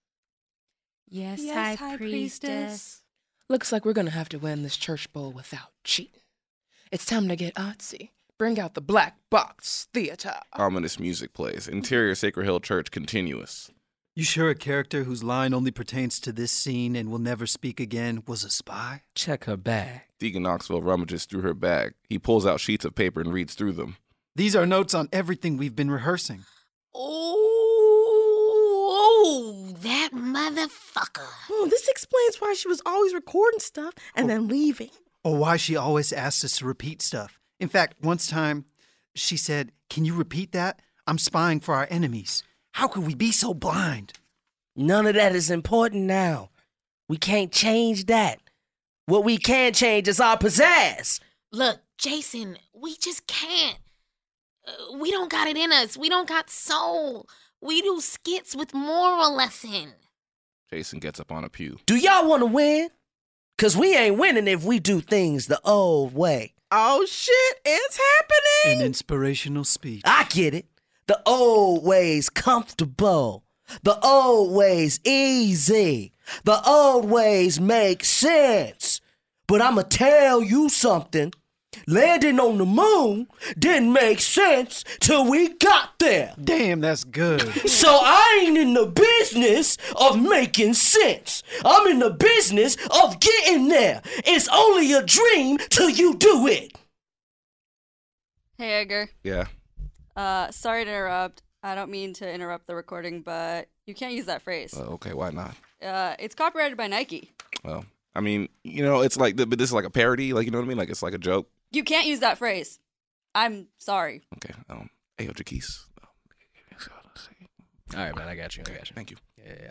Speaker 11: Yes,
Speaker 13: Yes,
Speaker 11: high,
Speaker 13: High
Speaker 11: priestess.
Speaker 13: Priestess.
Speaker 16: Looks like we're gonna have to win this church bowl without cheating. It's time to get artsy. Bring out the black box theater.
Speaker 4: Ominous music plays. Interior Sacred Hill Church continuous.
Speaker 10: You sure a character whose line only pertains to this scene and will never speak again was a spy?
Speaker 15: Check her bag.
Speaker 4: Deacon Knoxville rummages through her bag. He pulls out sheets of paper and reads through them.
Speaker 10: These are notes on everything we've been rehearsing.
Speaker 6: Oh, that motherfucker.
Speaker 7: Oh, this explains why she was always recording stuff and then leaving.
Speaker 10: Or why she always asks us to repeat stuff. In fact, once time she said, Can you repeat that? I'm spying for our enemies. How could we be so blind?
Speaker 15: None of that is important now. We can't change that. What we can change is our pizzazz.
Speaker 6: Look, Jason, we just can't. Uh, we don't got it in us. We don't got soul. We do skits with moral lesson.
Speaker 4: Jason gets up on a pew.
Speaker 15: Do y'all want to win? Because we ain't winning if we do things the old way.
Speaker 7: Oh, shit, it's
Speaker 10: An inspirational speech.
Speaker 15: I get it. The old way's comfortable. The old way's easy. The old ways make sense. But I'ma tell you something. Landing on the moon didn't make sense till we got there.
Speaker 10: Damn, that's good.
Speaker 15: So I ain't in the business of making sense. I'm in the business of getting there. It's only a dream till you do it.
Speaker 18: Hey, Edgar.
Speaker 4: Yeah.
Speaker 18: Uh, sorry to interrupt. I don't mean to interrupt the recording, but you can't use that phrase.
Speaker 4: Uh, okay, why not?
Speaker 18: Uh, it's copyrighted by Nike.
Speaker 4: Well, I mean, you know, it's like, but this is like a parody. Like, you know what I mean? Like, it's like a joke.
Speaker 18: You can't use that phrase. I'm sorry.
Speaker 4: Okay. Um, Ayo Jaquise.
Speaker 15: All right, man. I got you. I got you.
Speaker 4: Thank you.
Speaker 15: Yeah, yeah.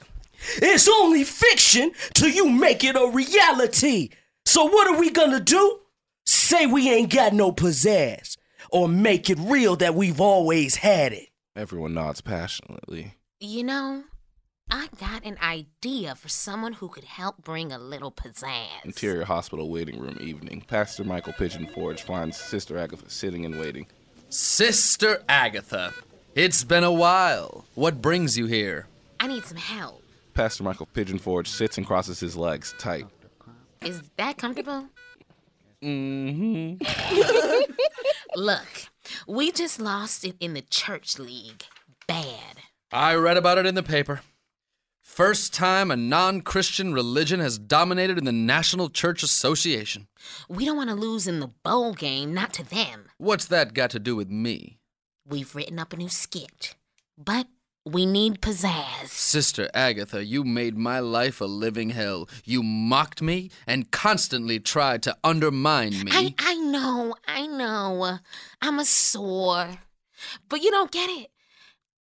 Speaker 3: It's only fiction till you make it a reality. So what are we gonna do?
Speaker 15: Say we ain't got no pizzazz or make it real that we've always had it.
Speaker 4: Everyone nods passionately.
Speaker 6: You know, I got an idea for someone who could help bring a little pizzazz.
Speaker 4: Interior hospital waiting room evening. Pastor Michael Pigeon Forge finds Sister Agatha sitting and waiting.
Speaker 8: Sister Agatha, it's been a while. What brings you here?
Speaker 6: I need some help.
Speaker 4: Pastor Michael Pigeon Forge sits and crosses his legs tight.
Speaker 6: Is that comfortable?
Speaker 4: Mm-hmm.
Speaker 6: Look, we just lost it in the church league. Bad.
Speaker 8: I read about it in the paper. First time a non Christian religion has dominated in the National Church Association.
Speaker 6: We don't want to lose in the bowl game, not to them.
Speaker 8: What's that got to do with me?
Speaker 6: We've written up a new skit, but we need pizzazz.
Speaker 8: Sister Agatha, you made my life a living hell. You mocked me and constantly tried to undermine me.
Speaker 6: I, I know, I know. I'm a sore. But you don't get it.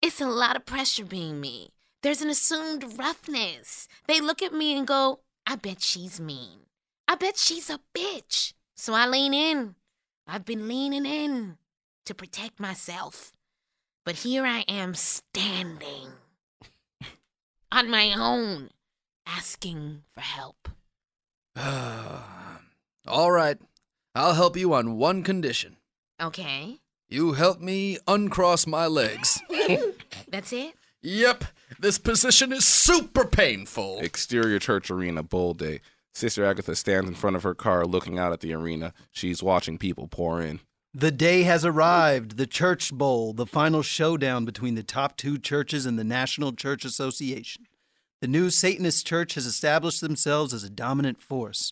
Speaker 6: It's a lot of pressure being me. There's an assumed roughness. They look at me and go, I bet she's mean. I bet she's a bitch. So I lean in. I've been leaning in to protect myself. But here I am standing on my own, asking for help.
Speaker 8: All right, I'll help you on one condition.
Speaker 6: Okay?
Speaker 8: You help me uncross my legs.
Speaker 6: That's it?
Speaker 8: yep, this position is super painful.
Speaker 4: Exterior church arena, bowl day. Sister Agatha stands in front of her car looking out at the arena. She's watching people pour in.
Speaker 10: The day has arrived, the Church Bowl, the final showdown between the top two churches in the National Church Association. The new Satanist church has established themselves as a dominant force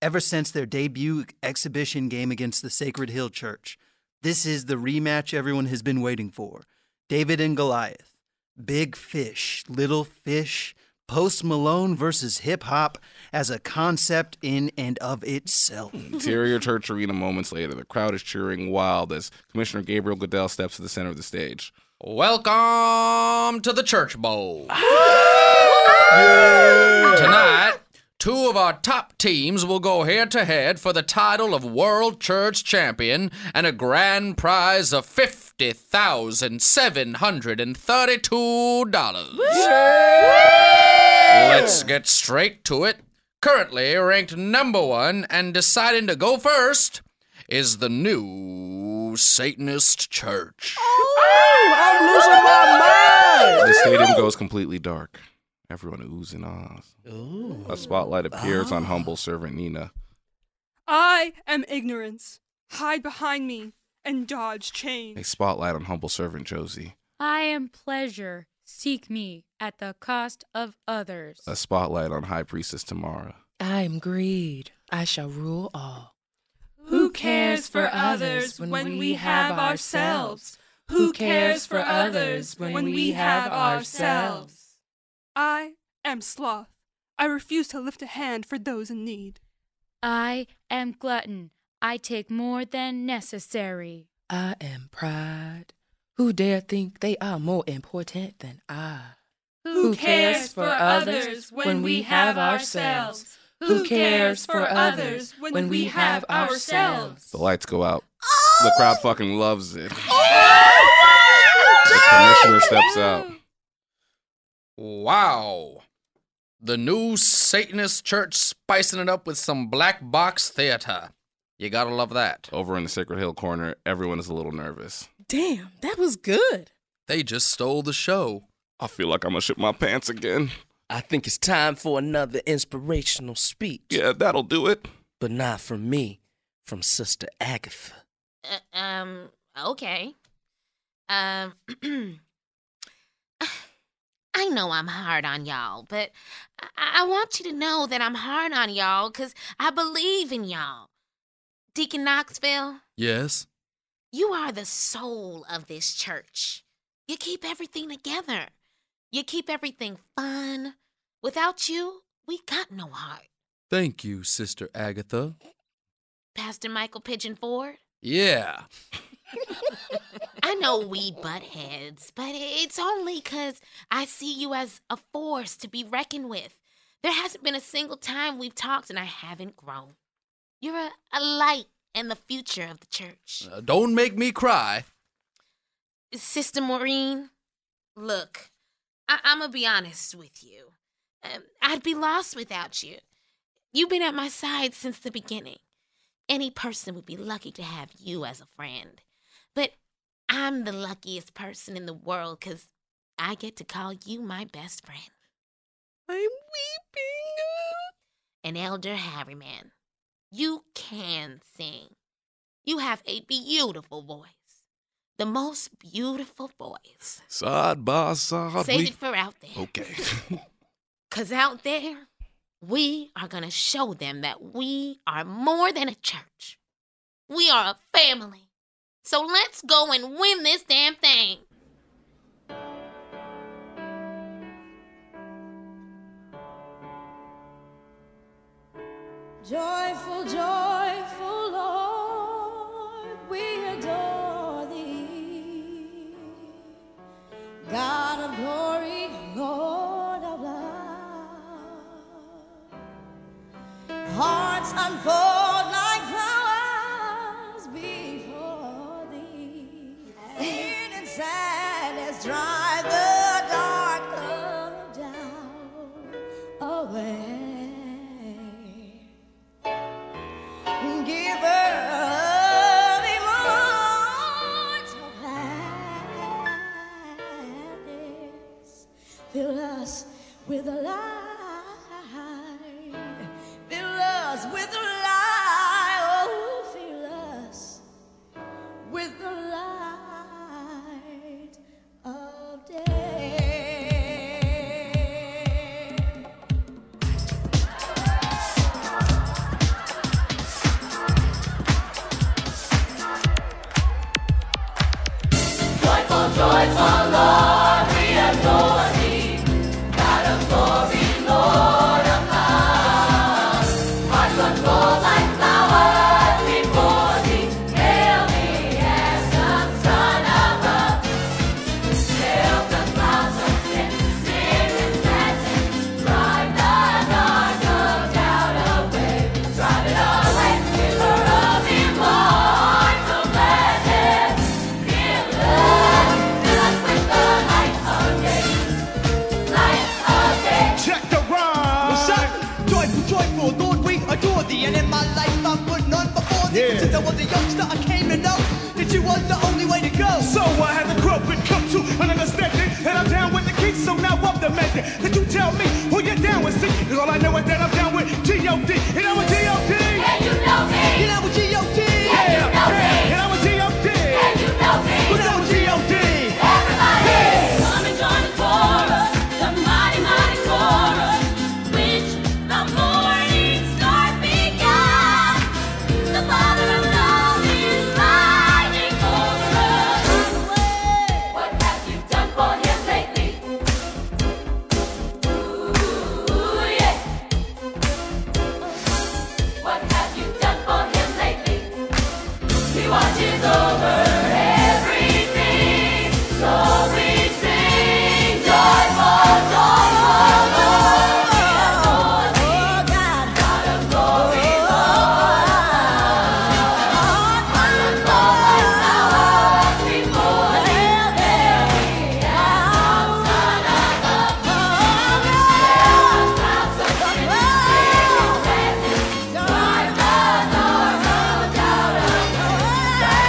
Speaker 10: ever since their debut exhibition game against the Sacred Hill Church. This is the rematch everyone has been waiting for David and Goliath, Big Fish, Little Fish, Post Malone versus hip hop as a concept in and of itself.
Speaker 4: Interior church arena moments later, the crowd is cheering wild as Commissioner Gabriel Goodell steps to the center of the stage.
Speaker 8: Welcome to the Church Bowl. Tonight, Two of our top teams will go head to head for the title of World Church Champion and a grand prize of $50,732. Let's get straight to it. Currently ranked number one and deciding to go first is the new Satanist Church.
Speaker 12: I'm losing my
Speaker 4: The stadium goes completely dark. Everyone oohs and ahs. A spotlight appears on
Speaker 6: Ah.
Speaker 4: humble servant Nina.
Speaker 13: I am ignorance. Hide behind me and dodge change.
Speaker 4: A spotlight on humble servant Josie.
Speaker 11: I am pleasure. Seek me at the cost of others.
Speaker 4: A spotlight on high priestess Tamara.
Speaker 16: I am greed. I shall rule all.
Speaker 11: Who cares for others when we have ourselves? Who cares for others when we have ourselves?
Speaker 13: I am sloth. I refuse to lift a hand for those in need.
Speaker 11: I am glutton. I take more than necessary.
Speaker 16: I am pride. Who dare think they are more important than I?
Speaker 11: Who cares for others when we have ourselves? Who cares for others when we have ourselves?
Speaker 4: The lights go out.
Speaker 6: Oh!
Speaker 4: The crowd fucking loves it.
Speaker 8: The
Speaker 4: commissioner steps out.
Speaker 8: Wow. The new Satanist church spicing it up with some black box theater. You gotta love that.
Speaker 4: Over in the Sacred Hill corner, everyone is a little nervous.
Speaker 7: Damn, that was good.
Speaker 8: They just stole the show.
Speaker 4: I feel like I'm gonna shit my pants again.
Speaker 15: I think it's time for another inspirational speech.
Speaker 4: Yeah, that'll do it.
Speaker 15: But not from me, from Sister Agatha.
Speaker 6: Uh, um, okay. Um, I know I'm hard on y'all, but I-, I want you to know that I'm hard on y'all because I believe in y'all. Deacon Knoxville,
Speaker 8: Yes?
Speaker 6: you are the soul of this church. You keep everything together, you keep everything fun. Without you, we got no heart.
Speaker 8: Thank you, Sister Agatha.
Speaker 6: Pastor Michael Pigeon Ford,
Speaker 8: Yeah.
Speaker 6: I know we butt heads, but it's only 'cause I see you as a force to be reckoned with. There hasn't been a single time we've talked and I haven't grown. You're a, a light and the future of the church.
Speaker 8: Uh, don't make me cry.
Speaker 6: Sister Maureen, look, I- I'm going to be honest with you. Um, I'd be lost without you. You've been at my side since the beginning. Any person would be lucky to have you as a friend. But I'm the luckiest person in the world because I get to call you my best friend. I'm weeping. And Elder Harryman, you can sing. You have a beautiful voice. The most beautiful voice.
Speaker 4: Side by side.
Speaker 6: Save
Speaker 4: we-
Speaker 6: it for out there.
Speaker 4: Okay.
Speaker 6: Because out there, we are going to show them that we are more than a church. We are a family. So let's go and win this damn thing.
Speaker 19: Joyful, joyful Lord, we adore thee. God of glory, Lord of love. Hearts unfold like flowers before thee. Sin and sadness drive the dark cloud down away. Give her the lords of gladness. Fill us with a light. Fill us with a light. Oh, fill us with the light of day.
Speaker 12: Joyful, joyful Lord, we adore thee. God of glory, Lord of love. Hearts unfold like flowers before thee. Hail thee as the sun above. Still the clouds of sin, sin and sadness, drive the dark of
Speaker 20: the youngster I came to know that you was the only way to go. So I had to grow and come to an understanding that I'm down with the king, so now I'm the man. Did you tell me who you're down with? See, and all I know is that I'm down with G.O.D. And I'm a G.O.D. And you know me. And I'm a G.O.D. And you know me. And I'm a G.O.D. And you know me. Who's now a G.O.D.? Everybody.
Speaker 12: Come and join the chorus, the mighty, mighty chorus, which the morning star began. The Father of love is riding over us. What have you done for him lately? Ooh, yeah. What have you done for him lately? He watches over everything. So we sing joyful, joyful, Lord. God of glory, Lord. What a glorious hour before his very eyes. Son of the King, there are clouds of witness standing toward the Lord, no doubt of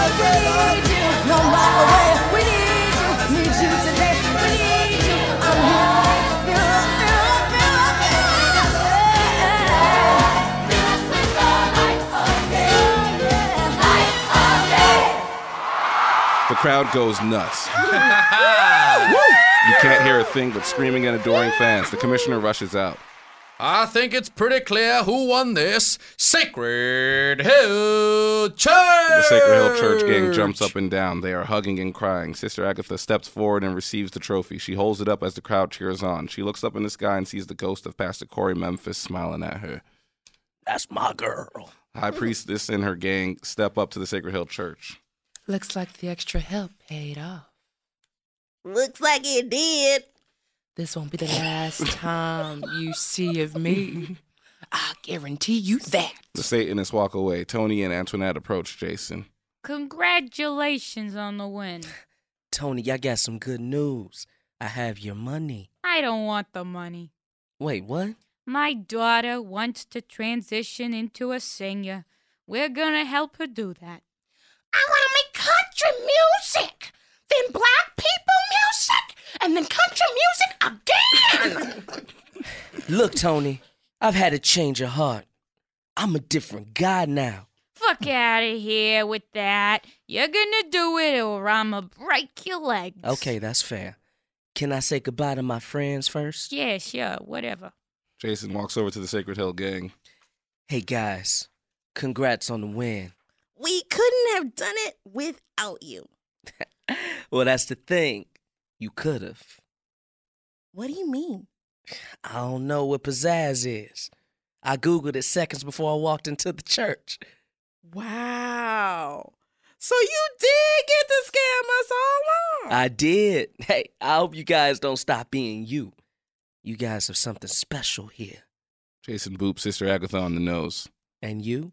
Speaker 12: No matter where we need you, need you today, we need you. I'm here. Fill up, fill up, fill up, fill up. Yeah. Fill us with the light of day. Light of day.
Speaker 4: The crowd goes nuts. You can't hear a thing but screaming and adoring fans. The commissioner rushes out.
Speaker 8: I think it's pretty clear who won this Sacred Hill Church.
Speaker 4: The Sacred Hill Church gang jumps up and down. They are hugging and crying. Sister Agatha steps forward and receives the trophy. She holds it up as the crowd cheers on. She looks up in the sky and sees the ghost of Pastor Corey Memphis smiling at her.
Speaker 15: That's my girl.
Speaker 4: High Priestess and her gang step up to the Sacred Hill Church.
Speaker 21: Looks like the extra help paid off.
Speaker 22: Looks like it did.
Speaker 21: This won't be the last time you see of me. I guarantee you that.
Speaker 4: The Satanists walk away. Tony and Antoinette approach Jason.
Speaker 11: Congratulations on the win.
Speaker 15: Tony, I got some good news. I have your money.
Speaker 11: I don't want the money.
Speaker 15: Wait, what?
Speaker 11: My daughter wants to transition into a singer. We're gonna help her do that.
Speaker 20: I want to make country music, then black people music, and then country music again.
Speaker 15: Look, Tony, I've had a change of heart. I'm a different guy now.
Speaker 11: Fuck out of here with that. You're gonna do it or I'ma break your leg.
Speaker 15: Okay, that's fair. Can I say goodbye to my friends first?
Speaker 11: Yeah, sure, whatever.
Speaker 4: Jason walks over to the Sacred Hill gang.
Speaker 15: Hey, guys, congrats on the win.
Speaker 22: We couldn't have done it without you.
Speaker 15: Well, that's the thing. You could have.
Speaker 22: What do you mean?
Speaker 15: I don't know what pizzazz is. I Googled it seconds before I walked into the church.
Speaker 7: Wow. So you did get to scam us all along.
Speaker 15: I did. Hey, I hope you guys don't stop being you. You guys have something special here.
Speaker 4: Jason boops Sister Agatha on the nose.
Speaker 15: And you?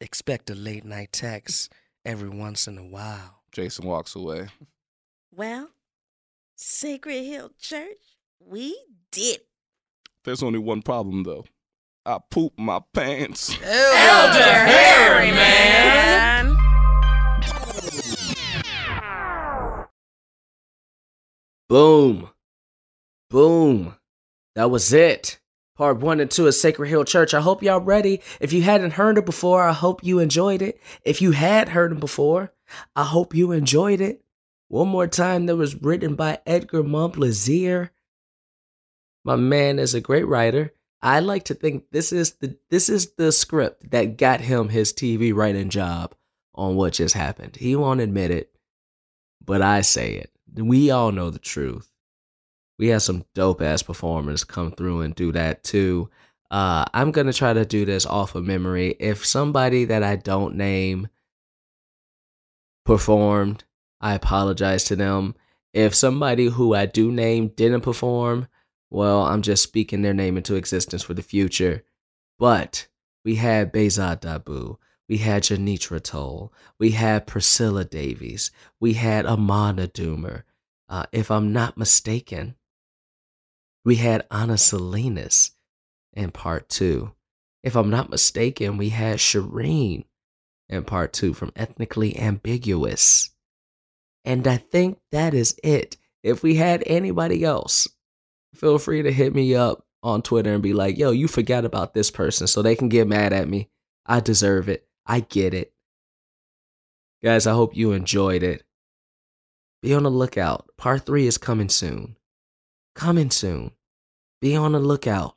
Speaker 15: Expect a late night text every once in a while.
Speaker 4: Jason walks away.
Speaker 22: Well, Sacred Hill Church, we did.
Speaker 4: There's only one problem, though. I poop my pants.
Speaker 12: Elder Harry,
Speaker 22: man.
Speaker 3: Boom. Boom. That was it. Part one and two of Sacred Hill Church. I hope y'all ready. If you hadn't heard it before, I hope you enjoyed it. If you had heard it before, I hope you enjoyed it. One more time, that was written by Edgar Montplaisir. My man is a great writer. I like to think this is the this is the script that got him his TV writing job on what just happened. He won't admit it, but I say it. We all know the truth. We had some dope ass performers come through and do that too. Uh, I'm gonna try to do this off of memory. If somebody that I don't name performed. I apologize to them. If somebody who I do name didn't perform, well, I'm just speaking their name into existence for the future. But we had Bezad Dabu, we had Janitra Toll, we had Priscilla Davies, we had Amanda Doomer. Uh, if I'm not mistaken, we had Anna Salinas in part two. If I'm not mistaken, we had Shireen in part two from Ethnically Ambiguous. And I think that is it. If we had anybody else, feel free to hit me up on Twitter and be like, yo, you forgot about this person. So they can get mad at me. I deserve it. I get it. Guys, I hope you enjoyed it. Be on the lookout. Part three is coming soon. Coming soon. Be on the lookout.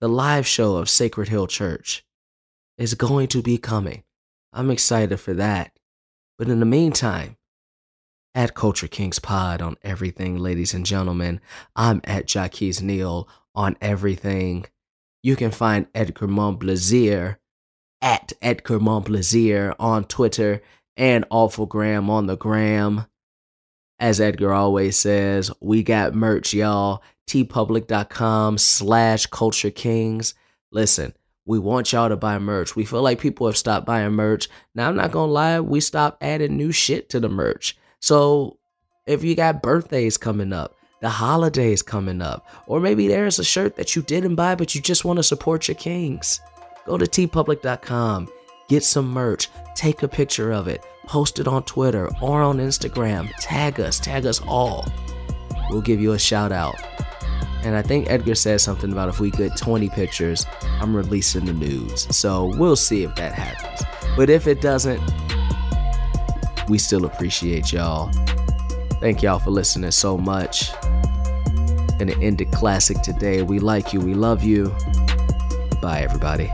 Speaker 3: The live show of Sacred Hill Church is going to be coming. I'm excited for that. But in the meantime, at Culture Kings Pod on everything, ladies and gentlemen. I'm at Jackie's Neal on everything. You can find Edgar Montplaisir at Edgar Montplaisir on Twitter and Awful Graham on the gram. As Edgar always says, we got merch, y'all. tpublic.com slash culture kings. Listen, we want y'all to buy merch. We feel like people have stopped buying merch. Now, I'm not gonna lie, we stopped adding new shit to the merch. So if you got birthdays coming up, the holidays coming up, or maybe there's a shirt that you didn't buy but you just want to support your kings, go to tpublic.com, get some merch, take a picture of it, post it on Twitter or on Instagram, tag us, tag us all. We'll give you a shout out. And I think Edgar said something about if we get 20 pictures, I'm releasing the nudes. So we'll see if that happens. But if it doesn't, we still appreciate y'all. Thank y'all for listening so much. And to end the classic today, we like you, we love you. Bye, everybody.